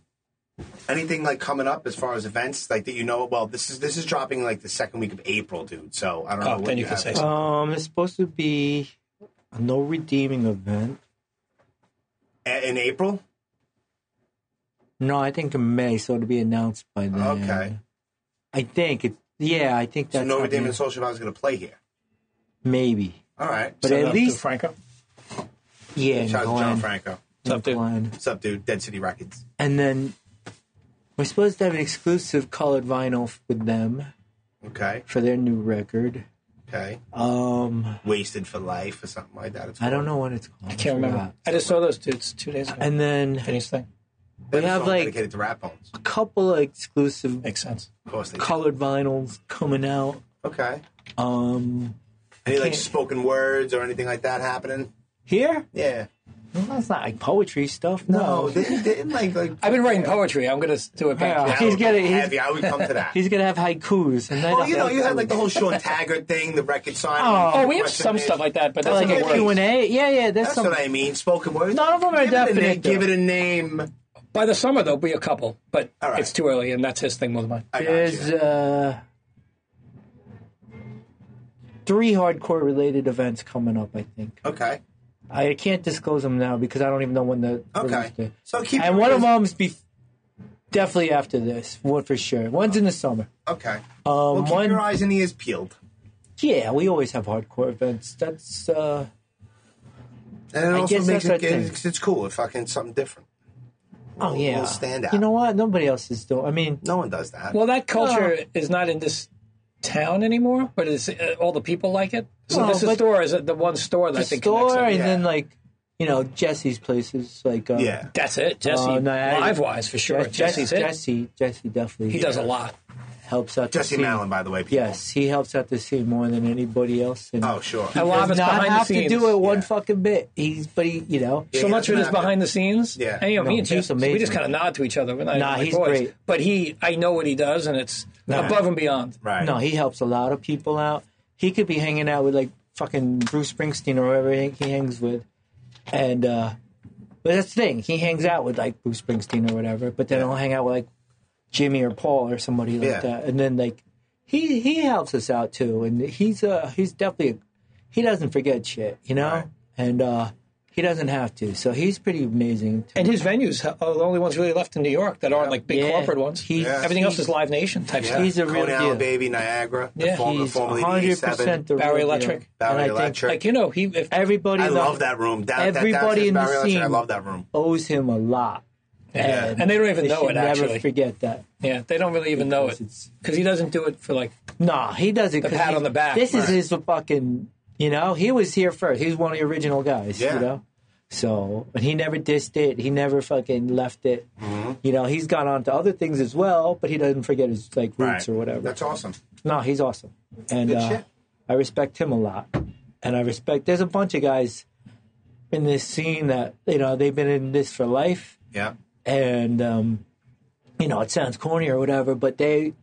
anything like coming up as far as events like that you know? Well, this is this is dropping like the second week of April, dude. So I don't know.
oh,
what
then you can
have.
say something.
Um, it's supposed to be a no redeeming event.
A- in April.
No, I think in May, so it'll be announced by then.
Okay.
I think it's yeah. I think
So
that's
Notre
how
Dame
they-
and Social is going to play here.
maybe.
All right.
But
So
at least
Franco.
yeah,
shout out to John
Glenn,
Franco.
What's up, dude?
Glenn.
What's up, dude? Dead City Records.
and then we're supposed to have an exclusive colored vinyl f- with them
Okay.
for their new record.
Okay.
Um,
Wasted for Life or something like that. It's
I don't know what it's called. I
Can't remember.
forgot.
I just saw those dudes two days ago.
And then
Finney's thing
They
We have, like-
dedicated to rap bones.
a couple of exclusive
makes sense.
Of course they. do.
colored vinyls coming out.
Okay.
Um,
Any like
Can't-
spoken words or anything like that happening?
here?
Yeah.
Well, that's not like poetry stuff.
No,
No,
they didn't like like.
I've been writing poetry. I'm gonna do it back.
Yeah.
now.
He's getting- he's-
heavy. I would come to that.
he's gonna have haikus, and then
well, Oh, you know, you had like the whole Sean Taggart thing, the record signing.
Oh, we have some stuff like that, but that's
like
not
a
the
Q
word.
and A. Yeah, yeah. There's
That's
some.
what I mean. Spoken words.
None of them are
give it a
definite,
name-
though.
Give it a name.
By the summer, there'll be a couple, but
All right.
it's too early, and that's his thing, more than mine.
I
There's
gotcha.
uh, three hardcore related events coming up. I think
okay.
I can't disclose them now because I don't even know when the release
Okay.
date-
So keep.
And one of them's be definitely after this, one for sure. One's in the summer.
Okay.
Um,
Well, keep
one,
your eyes and ears peeled.
yeah, we always have hardcore events. That's uh,
And it
I
also
guess
makes it,
that's our
it's, it's cool. If fucking something different.
oh
We'll-
yeah,
we'll stand out.
You know what? Nobody else is doing. I mean,
No one does that.
Well, that culture
Oh.
is not in this town anymore, but it's uh, all the people like it. So
Well,
this
but-
store is the one store that I think connects
store
them.
and
yeah.
then like you know Jesse's places like uh,
yeah.
That's it, Jesse.
Oh, no, I-
live wise for sure.
Jesse,
Jesse's it.
Jesse, Jesse definitely
he does a lot.
helps out the
Jesse
scene.
Mallon, by the way. people.
Yes, he helps out the scene more than anybody else. And
Oh, sure.
A lot of
does
it's
not
behind the
have to
scenes.
do it one
Yeah.
fucking bit. He's but he, you know,
So much of it is
Yeah.
behind the scenes.
Yeah.
And, you know,
No,
me and
he's
Jesse, we
amazing.
just kind of nod to each other. We're not
Nah,
even like
he's
boys.
great.
But he, I know what he does, and it's above and beyond.
Right.
no, he helps a lot of people out. He could be hanging out with like fucking Bruce Springsteen or whoever he he hangs with, and uh but that's the thing. He hangs out with like Bruce Springsteen or whatever, but then he'll hang out with like Jimmy or Paul or somebody like
Yeah.
that, and then like he he helps us out too, and he's uh he's definitely he doesn't forget shit, you know,
Right.
and uh he doesn't have to, so he's pretty amazing.
And his venues are the only ones really left in New York that aren't like big
Yeah.
corporate ones.
He's- Yeah.
Everything else is Live Nation type
Yeah.
stuff.
He's a real
Coney
deal.
Island Baby, Niagara. The E
Yeah.
former,
He's
formerly 100%.
100% the
Barry
real
Electric.
deal. And I
Barry
think
Electric.
Like you know, he if
Everybody
I
in the-
love that room. That, everybody that,
everybody
that's
in the
Barry Electric. I
scene-
love that room.
owes him a lot.
Yeah. And they don't even know
should
it,
Never
actually.
forget that.
yeah, they don't really even know it
Because
because he doesn't do it for like
Nah, he does it. 'cause
pat
he-
on the back,
This
right.
is his fucking. You know, he was here first. He was one of the original guys.
Yeah.
You know, so and he never dissed it. He never fucking left it.
Mm-hmm.
You know, he's gone on to other things as well, but he doesn't forget his like roots or whatever.
That's awesome.
No, he's awesome, and
Good
uh,
shit.
I respect him a lot. And I respect. There's a bunch of guys in this scene that you know they've been in this for life,
Yeah.
and um, you know it sounds corny or whatever, but they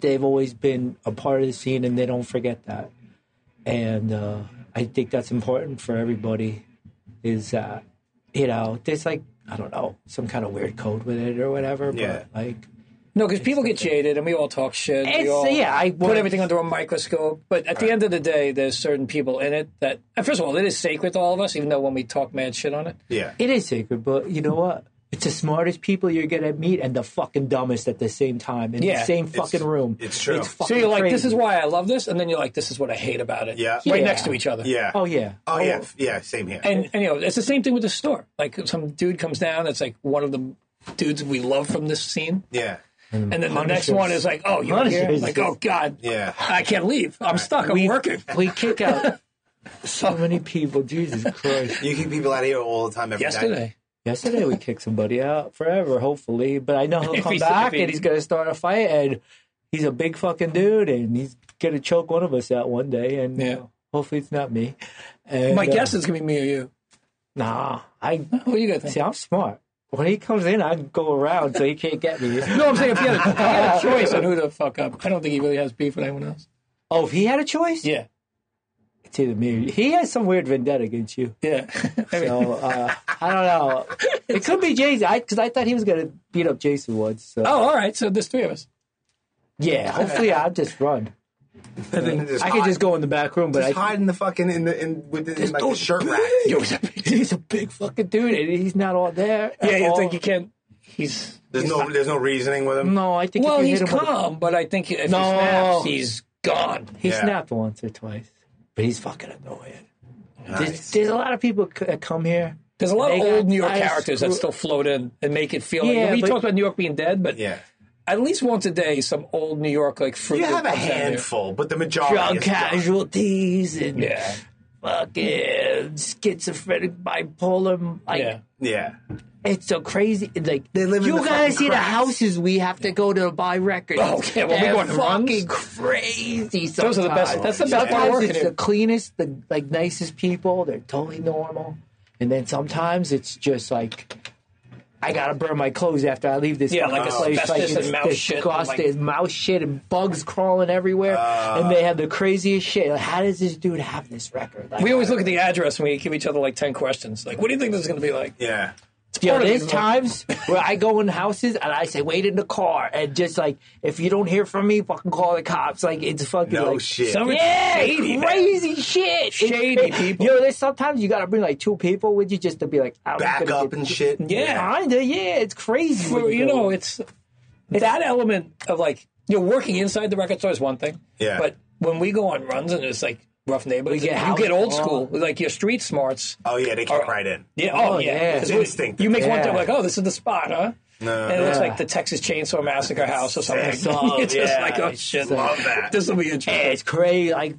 they've always been a part of the scene and they don't forget that. And uh, I think that's important for everybody. Is that you know there's like I don't know some kind of weird code with it or whatever,
Yeah.
but like
no, because people get jaded and we all talk shit. we
It's-
all
yeah, I
put
would-
everything under a microscope. But at the end of the day, there's certain people in it that, and first of all, it is sacred to all of us, even though when we talk mad shit on it,
Yeah.
it is sacred. But you know what? It's the smartest people you're gonna meet and the fucking dumbest at the same time in
Yeah.
the same
It's-
fucking room.
it's true. So
so
fucking
you're like,
crazy.
this is why I love this, and then you're like, this is what I hate about it.
Yeah.
right
Yeah.
next to each other.
yeah.
Oh yeah.
Oh, yeah. F- Yeah. Same here.
and, and you know it's the same thing with the store. Like some dude comes down that's like one of the dudes we love from this scene,
yeah.
Mm.
and then the next
Punishers.
one is like, oh, you're here?
Punishers.
Like, oh god,
Yeah.
I can't leave. I'm stuck. I'm working.
We kick out so many people. Jesus Christ.
You keep people out of here all the time every night.
Yesterday,
Yesterday we kicked somebody out forever, hopefully. But I know he'll
If
come
he's-
back
if he-
and he's gonna start a fight and he's a big fucking dude and he's gonna choke one of us out one day and you
Yeah.
know, hopefully it's not me. And,
my
uh,
guess is gonna be me or you.
Nah. I
What do you guys think?
see I'm smart. When he comes in I go around so he can't get me.
No, I'm saying if he had, a, if he had a choice on who to fuck up, I don't think he really has beef with anyone else.
Oh, if he had a choice?
Yeah,
It's either me or you. He has some weird vendetta against you.
yeah. I mean,
So uh, I don't know. It could be Jason because I, thought he was gonna beat up Jason once. So.
oh, all right. So there's three of us.
yeah, hopefully I'll just run.
Just
I could
hide-
just go in the back room, but
Just
I,
hide in the fucking in the in within in, like the shirt rack.
Yo, is that big?
he's a big fucking dude, and he's not all there.
Yeah,
at
you
all.
think you can't? he's
There's no there's no reasoning with him.
No, I think
well,
if you
he's
hit him with a-
calm, but I think if he
No.
snaps, he's gone.
he
Yeah.
snapped once or twice, but he's fucking annoying. There's,
Nice.
there's a lot of people c- that come here.
There's a lot of
They got
old New York
eyes
characters that
screw-
still float in and make it feel.
Yeah,
like, we
but-
talk about New York being dead, but
Yeah.
at least once a day, some old New York like fruit.
You have a
comes out of there.
handful, but the majority
Drug
is done.
casualties and
Oh, Yeah,
fucking schizophrenic bipolar. Like,
yeah.
Yeah.
It's so crazy. It's Like they
live in
You
the
gotta
fucking
see the
cracks.
houses we have to go to buy records.
Oh, yeah, well, we
They're
go on runs.
fucking crazy. Sometimes.
Those are the best. That's the best part of
Sometimes
working
it's the
here.
cleanest, the like nicest people. They're totally normal, and then sometimes it's just like. I gotta burn my clothes after I leave this
Yeah,
fucking
like
place. Like
asbestos
it's
and mouse shit and,
disgusting.
like-
There's mouse shit and bugs crawling everywhere, and they have the craziest shit. Like, how does this dude have this record? Like,
We always look at the address and we give each other like ten questions. Like, what do you think this is going to be like?
Yeah.
Yo,
part of
there's
it, man.
times where I go in houses and I say, wait in the car. And just like, if you don't hear from me, fucking call the cops. Like, it's fucking
No
like,
shit.
Some-
yeah,
Shady, man.
crazy shit. It's
Shady
cra-
people.
Yo, there's sometimes you gotta bring like two people with you just to be like, I'm
Back
gonna
up
get-
and shit.
Yeah.
Kinda, yeah, it's crazy.
For-
when
you
go.
know, it's that element of like you know working inside the record store is one thing.
Yeah.
But when we go on runs and it's like rough neighborhoods,
We get
you
house
get old
call.
school. Like your street smarts.
Oh yeah, they
All
kick
right.
right in.
Yeah. Oh,
Oh,
yeah.
yeah.
Because
It's
we-
instinct.
You make one
Yeah.
time like, oh, this is the spot, huh?
No.
and it looks
Yeah.
like the Texas Chainsaw Massacre house or something.
Sick.
it's just
Yeah.
like, oh shit,
Love that.
This will be
Yeah,
interesting.
it's crazy. Like,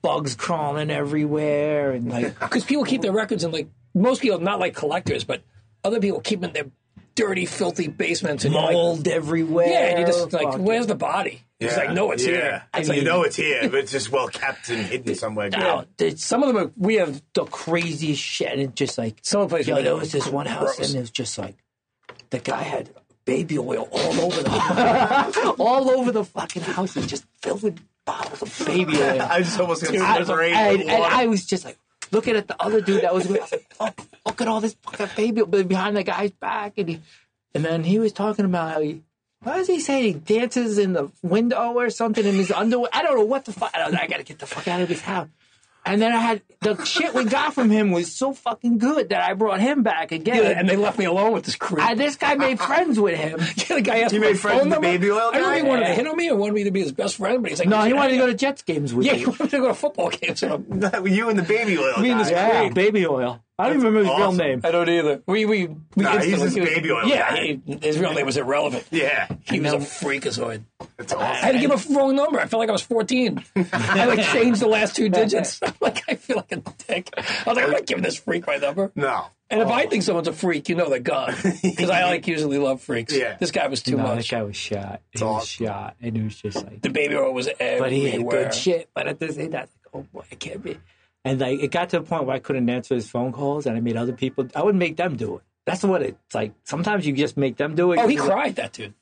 bugs crawling everywhere and like,
Because people keep their records in like most people, not like collectors, but other people keep them in their dirty, filthy basements and you're like-
mold everywhere.
yeah, and you're just like,
Fucking-
where's the body? It's like, no, it's
yeah.
here.
It's like, you know it's here, but it's just well kept and hidden somewhere.
Oh, there's
Some of them are, we have
the craziest shit, and it's just like
Some of the places
Yo,
were
there was this one house,
gross.
and it was just like the guy had baby oil all over the all over the fucking house, and just filled with bottles of baby oil.
I just almost got
I-
separated.
and, and I was just like looking at the other dude that was with. us, like, "Fuck, look at all this fucking baby oil behind the guy's back, and he, and then he was talking about how he. Why does he say he dances in the window or something in his underwear? I don't know what the fuck. I, was like, I gotta get the fuck out of this house. And then I had the shit we got from him was so fucking good that I brought him back again.
and they left me alone with this creep.
I, this guy made friends with him.
the guy asked
You
for my
made friends
phone
with the
number.
baby oil
I don't know if he
guy?
wanted to
Yeah.
hit on me or wanted me to be his best friend, but he's like,
No, he
"Yeah,
wanted to go to Jets games with
Yeah,
me.
he wanted to go to football games. And I'm-
you and the baby oil.
Me and
guy.
this guy.
Yeah, baby oil. I don't even remember his
awesome.
real name.
I don't either. We we, we
Nah, he's
instantly-
this
he was-
baby oil
Yeah,
guy.
he- his real name was irrelevant.
Yeah,
He was a freakazoid.
that's
I had
awesome.
to give a wrong number. I felt like I was 14. I like changed the last two digits. I'm like, I feel like a dick. I was like, I'm not giving this freak my number.
No,
And if I think someone's a freak, you know they're gone. Because I like usually love freaks.
Yeah.
This guy was too
No, that
much.
guy was shot. He
all-
was shot, and it was just like.
The baby oil was everywhere.
But he had good shit. But at the same time, I was like, oh boy, I can't be. And like, it got to a point where I couldn't answer his phone calls, and I made other people. I would make them do it. That's what it's like. Sometimes you just make them do it.
Oh, he
You're
cried, that dude.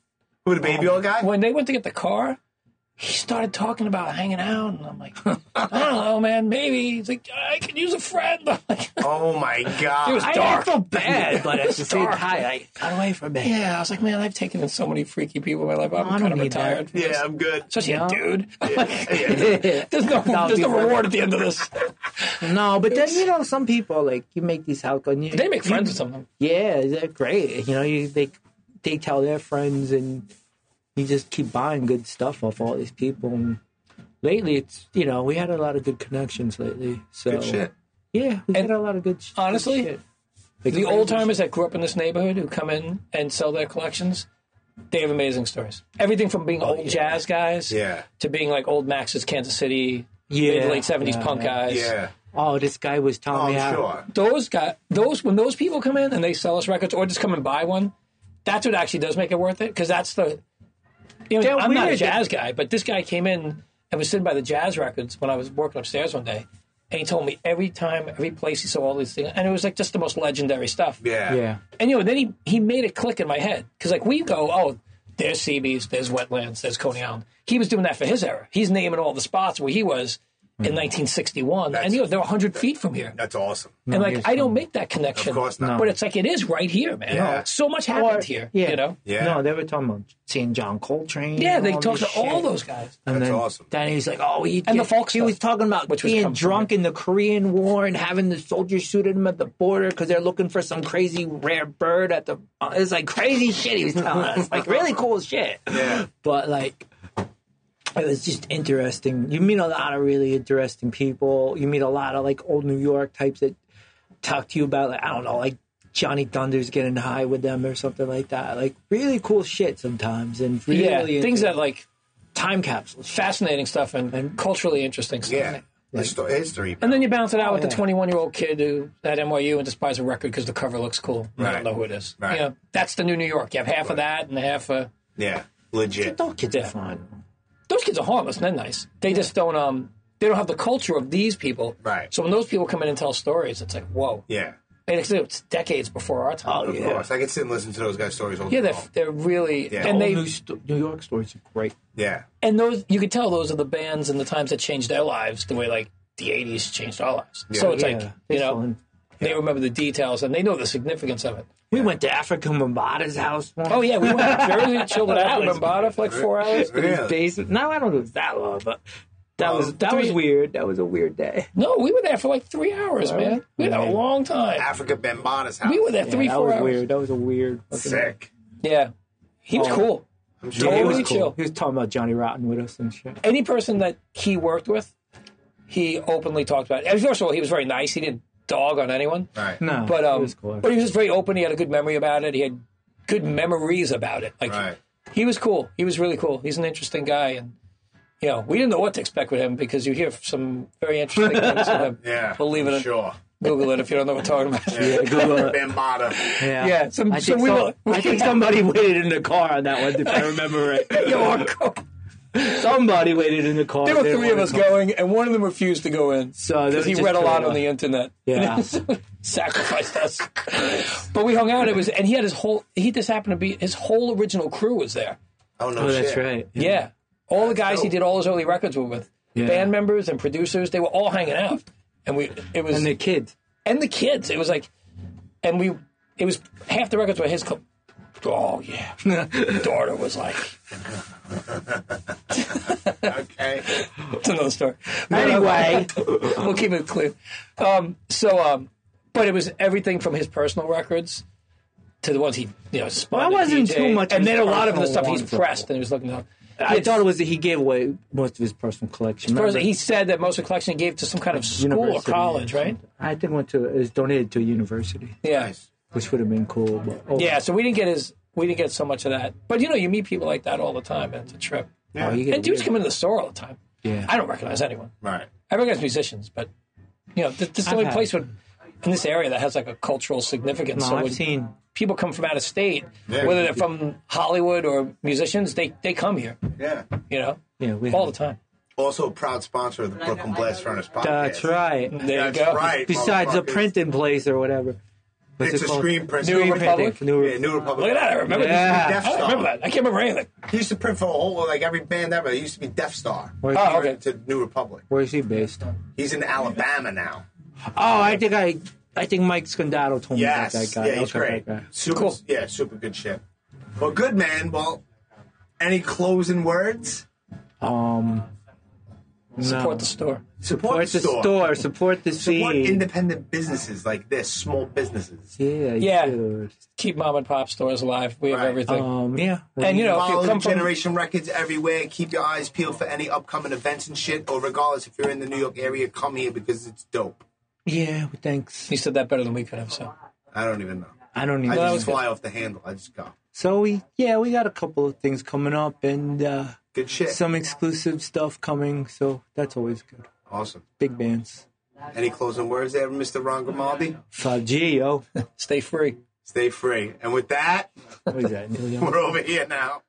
who the baby oil guy?
When they went to get the car, he started talking about hanging out. And I'm like, I don't know, man. Maybe. He's like, I could use a friend. I'm like,
Oh my
It was
god!
Like, I, I
dark.
felt bad, but at the same
Dark.
time, I got away from me.
Yeah, I was like, man, I've taken in so many freaky people in my life. I'm
I don't
kind of
need that.
retired. from this.
Yeah, I'm good.
Especially a dude.
Yeah.
there's no,
That would
there's
be
no
fun.
reward at the end of this.
No, but then you know, some people like you make these house calls. and you-
They make friends with someone.
Yeah, they're great. You know, you they they tell their friends, and you just keep buying good stuff off all these people. And lately, it's you know we had a lot of good connections lately. So
Good shit.
yeah, we had a lot of good. sh- good
Honestly,
shit.
The old timers that grew up in this neighborhood who come in and sell their collections, they have amazing stories. Everything from being
Oh,
old jazz guys
Yeah.
to being like old Max's Kansas City,
Yeah,
mid late 70s
yeah,
punk
yeah.
guys.
Yeah,
Oh, this guy was
oh,
telling me
I'm
how.
sure.
Those guys, those when those people come in and they sell us records or just come and buy one, that's what actually does make it worth it because that's the. You know,
They're
I'm not a
weird.
jazz guy, but this guy came in and was sitting by the jazz records when I was working upstairs one day, and he told me every time, every place he saw all these things, and it was like just the most legendary stuff.
Yeah,
Yeah,
And you know, then he, he made it click in my head because like we go, oh, there's Seabees, there's Wetlands, there's Coney Island. He was doing that for his era. He's naming all the spots where he was, in 1961, and you know they're 100 feet from here.
That's awesome.
and like I don't make that connection,
Of course not.
But it's like it is right here, man. Oh,
Yeah.
So much happened here,
yeah.
you know.
Yeah.
No, they were talking about seeing John Coltrane.
Yeah,
and
they
all
talked to
this
all
shit.
those guys.
And
That's
then,
awesome.
Then he's like, "Oh, he
And the
did-
folk
He
stuff,
was talking about
which was
being
coming from
drunk in the Korean War and having the soldiers shoot at him at the border because they're looking for some crazy rare bird at the. uh, It's like crazy shit he was telling us, like really cool shit.
Yeah.
But like, it was just interesting. You meet a lot of really interesting people. You meet a lot of like old New York types that talk to you about like I don't know, like Johnny Thunders getting high with them or something like that. Like really cool shit sometimes, and really
Yeah, things
interesting.
that like
time capsules.
fascinating stuff and, culturally interesting stuff.
Yeah. Histo- history.
And then you balance it out with
yeah.
the 21 year old kid who at NYU and just buys a record because the cover looks cool. I
Right.
don't know who it is.
Right.
You know, that's the new New York. You have half of that and half of
yeah. Legit.
Those kids
Yeah.
are fun.
those kids are harmless. and They're nice. They just don't um they don't have the culture of these people.
Right.
So when those people come in and tell stories, it's like whoa.
Yeah.
And it's, it's decades before our time.
Oh,
Of
yeah.
course. I could sit and listen to those guys' stories all
Yeah,
day
they're,
long.
they're really
Yeah.
and
Old
they
New, st- New York stories are great.
Yeah.
and those you could tell those are the bands and the times that changed their lives the way like the 80s changed our lives so it's like you
it's
know
fun.
they remember the details and they know the significance of it
we went to Africa Mambata's house. Once.
oh yeah we went to Jersey and chilled out with Mbada for like four hours
Oh,
Really?
Basement. No, I don't know if it's that long, but that was that was
three-
weird. That was a weird day.
no we were there for like three hohours man we had a long time
Africa Bambaa's house.
we were there three
that
four
was
hours
weird. Oh. That was a weird. fucking-
Sick.
yeah he was cool
I'm sure.
Yeah, he
Totally
was cool.
chill.
He was talking about Johnny Rotten with us and shit.
any person that he worked with he openly talked about it. first of all he was very nice he didn't dog on anyone
Right.
No,
but um,
it was cool.
but he was just very open. He had a good memory about it. He had good memories about it. Like
Right.
he was cool. He was really cool. He's an interesting guy, and you know we didn't know what to expect with him because you hear some very interesting things. Of him.
Yeah.
believe it.
I'm
or-
Sure.
Google it if you don't know what we're talking about. Yeah,
yeah, Google it.
Bambada.
Yeah.
some,
I
so
think,
we
some-
were.
I think somebody waited in the car on that one, if I remember right.
Yo, our co-
Somebody waited in the car.
there were
They
three of
wanted
us
to-
going, and one of them refused to go in.
So they
because
were
he
just
read a lot
kinda-
on the internet.
Yeah.
sacrificed us. but we hung out. It was, and he had his whole. He just happened to be his whole original crew was there.
Oh, no
Oh,
shit.
that's right.
Yeah. All the guys he
dope.
did all his early records were with band members and producers. They were all hanging out, and we it was
And
and
the
the,
kids.
kids. It was like, and we it was half the records were his. Co- oh yeah, daughter was like
Okay.
it's another story. uh,
Anyway.
we'll keep it clear. Um, so, um, but it was everything from his personal records to the ones he you know. spun
Well, that
to
wasn't
DJ,
too much of
and then
his
a lot of the
personal
stuff he's
ones, though.
pressed and he was looking up.
I thought it was that he gave away most of his personal collection.
First,
Remember?
he said that most of the collection he gave to some kind of school or
University
college,
or
right?
something. I think went to it was donated to a university,
Yeah.
which would have been cool. But oh,
Yeah, so we didn't get his we didn't get so much of that. But you know, you meet people like that all the time and it's a trip.
oh, you get
And dudes
weird.
come into the store all the time.
Yeah.
I don't recognize anyone.
Right.
I recognize musicians, but you know, th- this is the
I've
only
had-
place with in this area that has like a cultural significance.
No,
so
I've
when
seen.
people come from out of state,
Yeah.
whether they're from Hollywood or musicians, they, they come here,
Yeah.
you know?
Yeah, we
all the time.
Also a proud sponsor of the Brooklyn Blast Furnace podcast.
That's right.
There
That's
you go.
right.
Besides the
motherfuckers.
printing place or whatever. What's
It's
it
a
called?
screen print.
New
Screen
Republic.
printing.
New
Yeah, New Republic.
Look at that. I remember
Yeah.
this.
Death
I
Star.
don't remember that. I can't remember anything.
He used to print for a whole like every band ever. He used to be Death Star.
Where's,
Oh, okay.
To New Republic.
where's he based? Oh,
He's in Alabama now.
I think I, I think Mike Scondato told
Yes.
me about that guy.
Yeah, he's
Okay,
great.
that guy.
Super.
Cool.
Yeah, super good shit. Well, good man. Well, any closing words?
Um,
Support the store.
Support,
support the store. Support the
Support
scene.
independent businesses like this, small businesses.
yeah,
Yeah.
dude.
Keep mom and pop stores alive. We have
Right.
everything.
Um, yeah.
and you know, if
Follow
you come from
Generation Records everywhere. Keep your eyes peeled for any upcoming events and shit. Or regardless, if you're in the New York area, come here because it's dope.
yeah. Thanks.
He said that better than we could have. So
I don't even know.
I don't
I
even.
just fly off the handle. I just go.
So we, yeah, we got a couple of things coming up and uh,
Good shit.
some exclusive stuff coming. So that's always good.
awesome.
Big bands.
Any closing words there, Mr. Ron Grimaldi?
5G, yo.
stay free.
Stay free. And with that,
What is that? Neil Young?
we're over here now.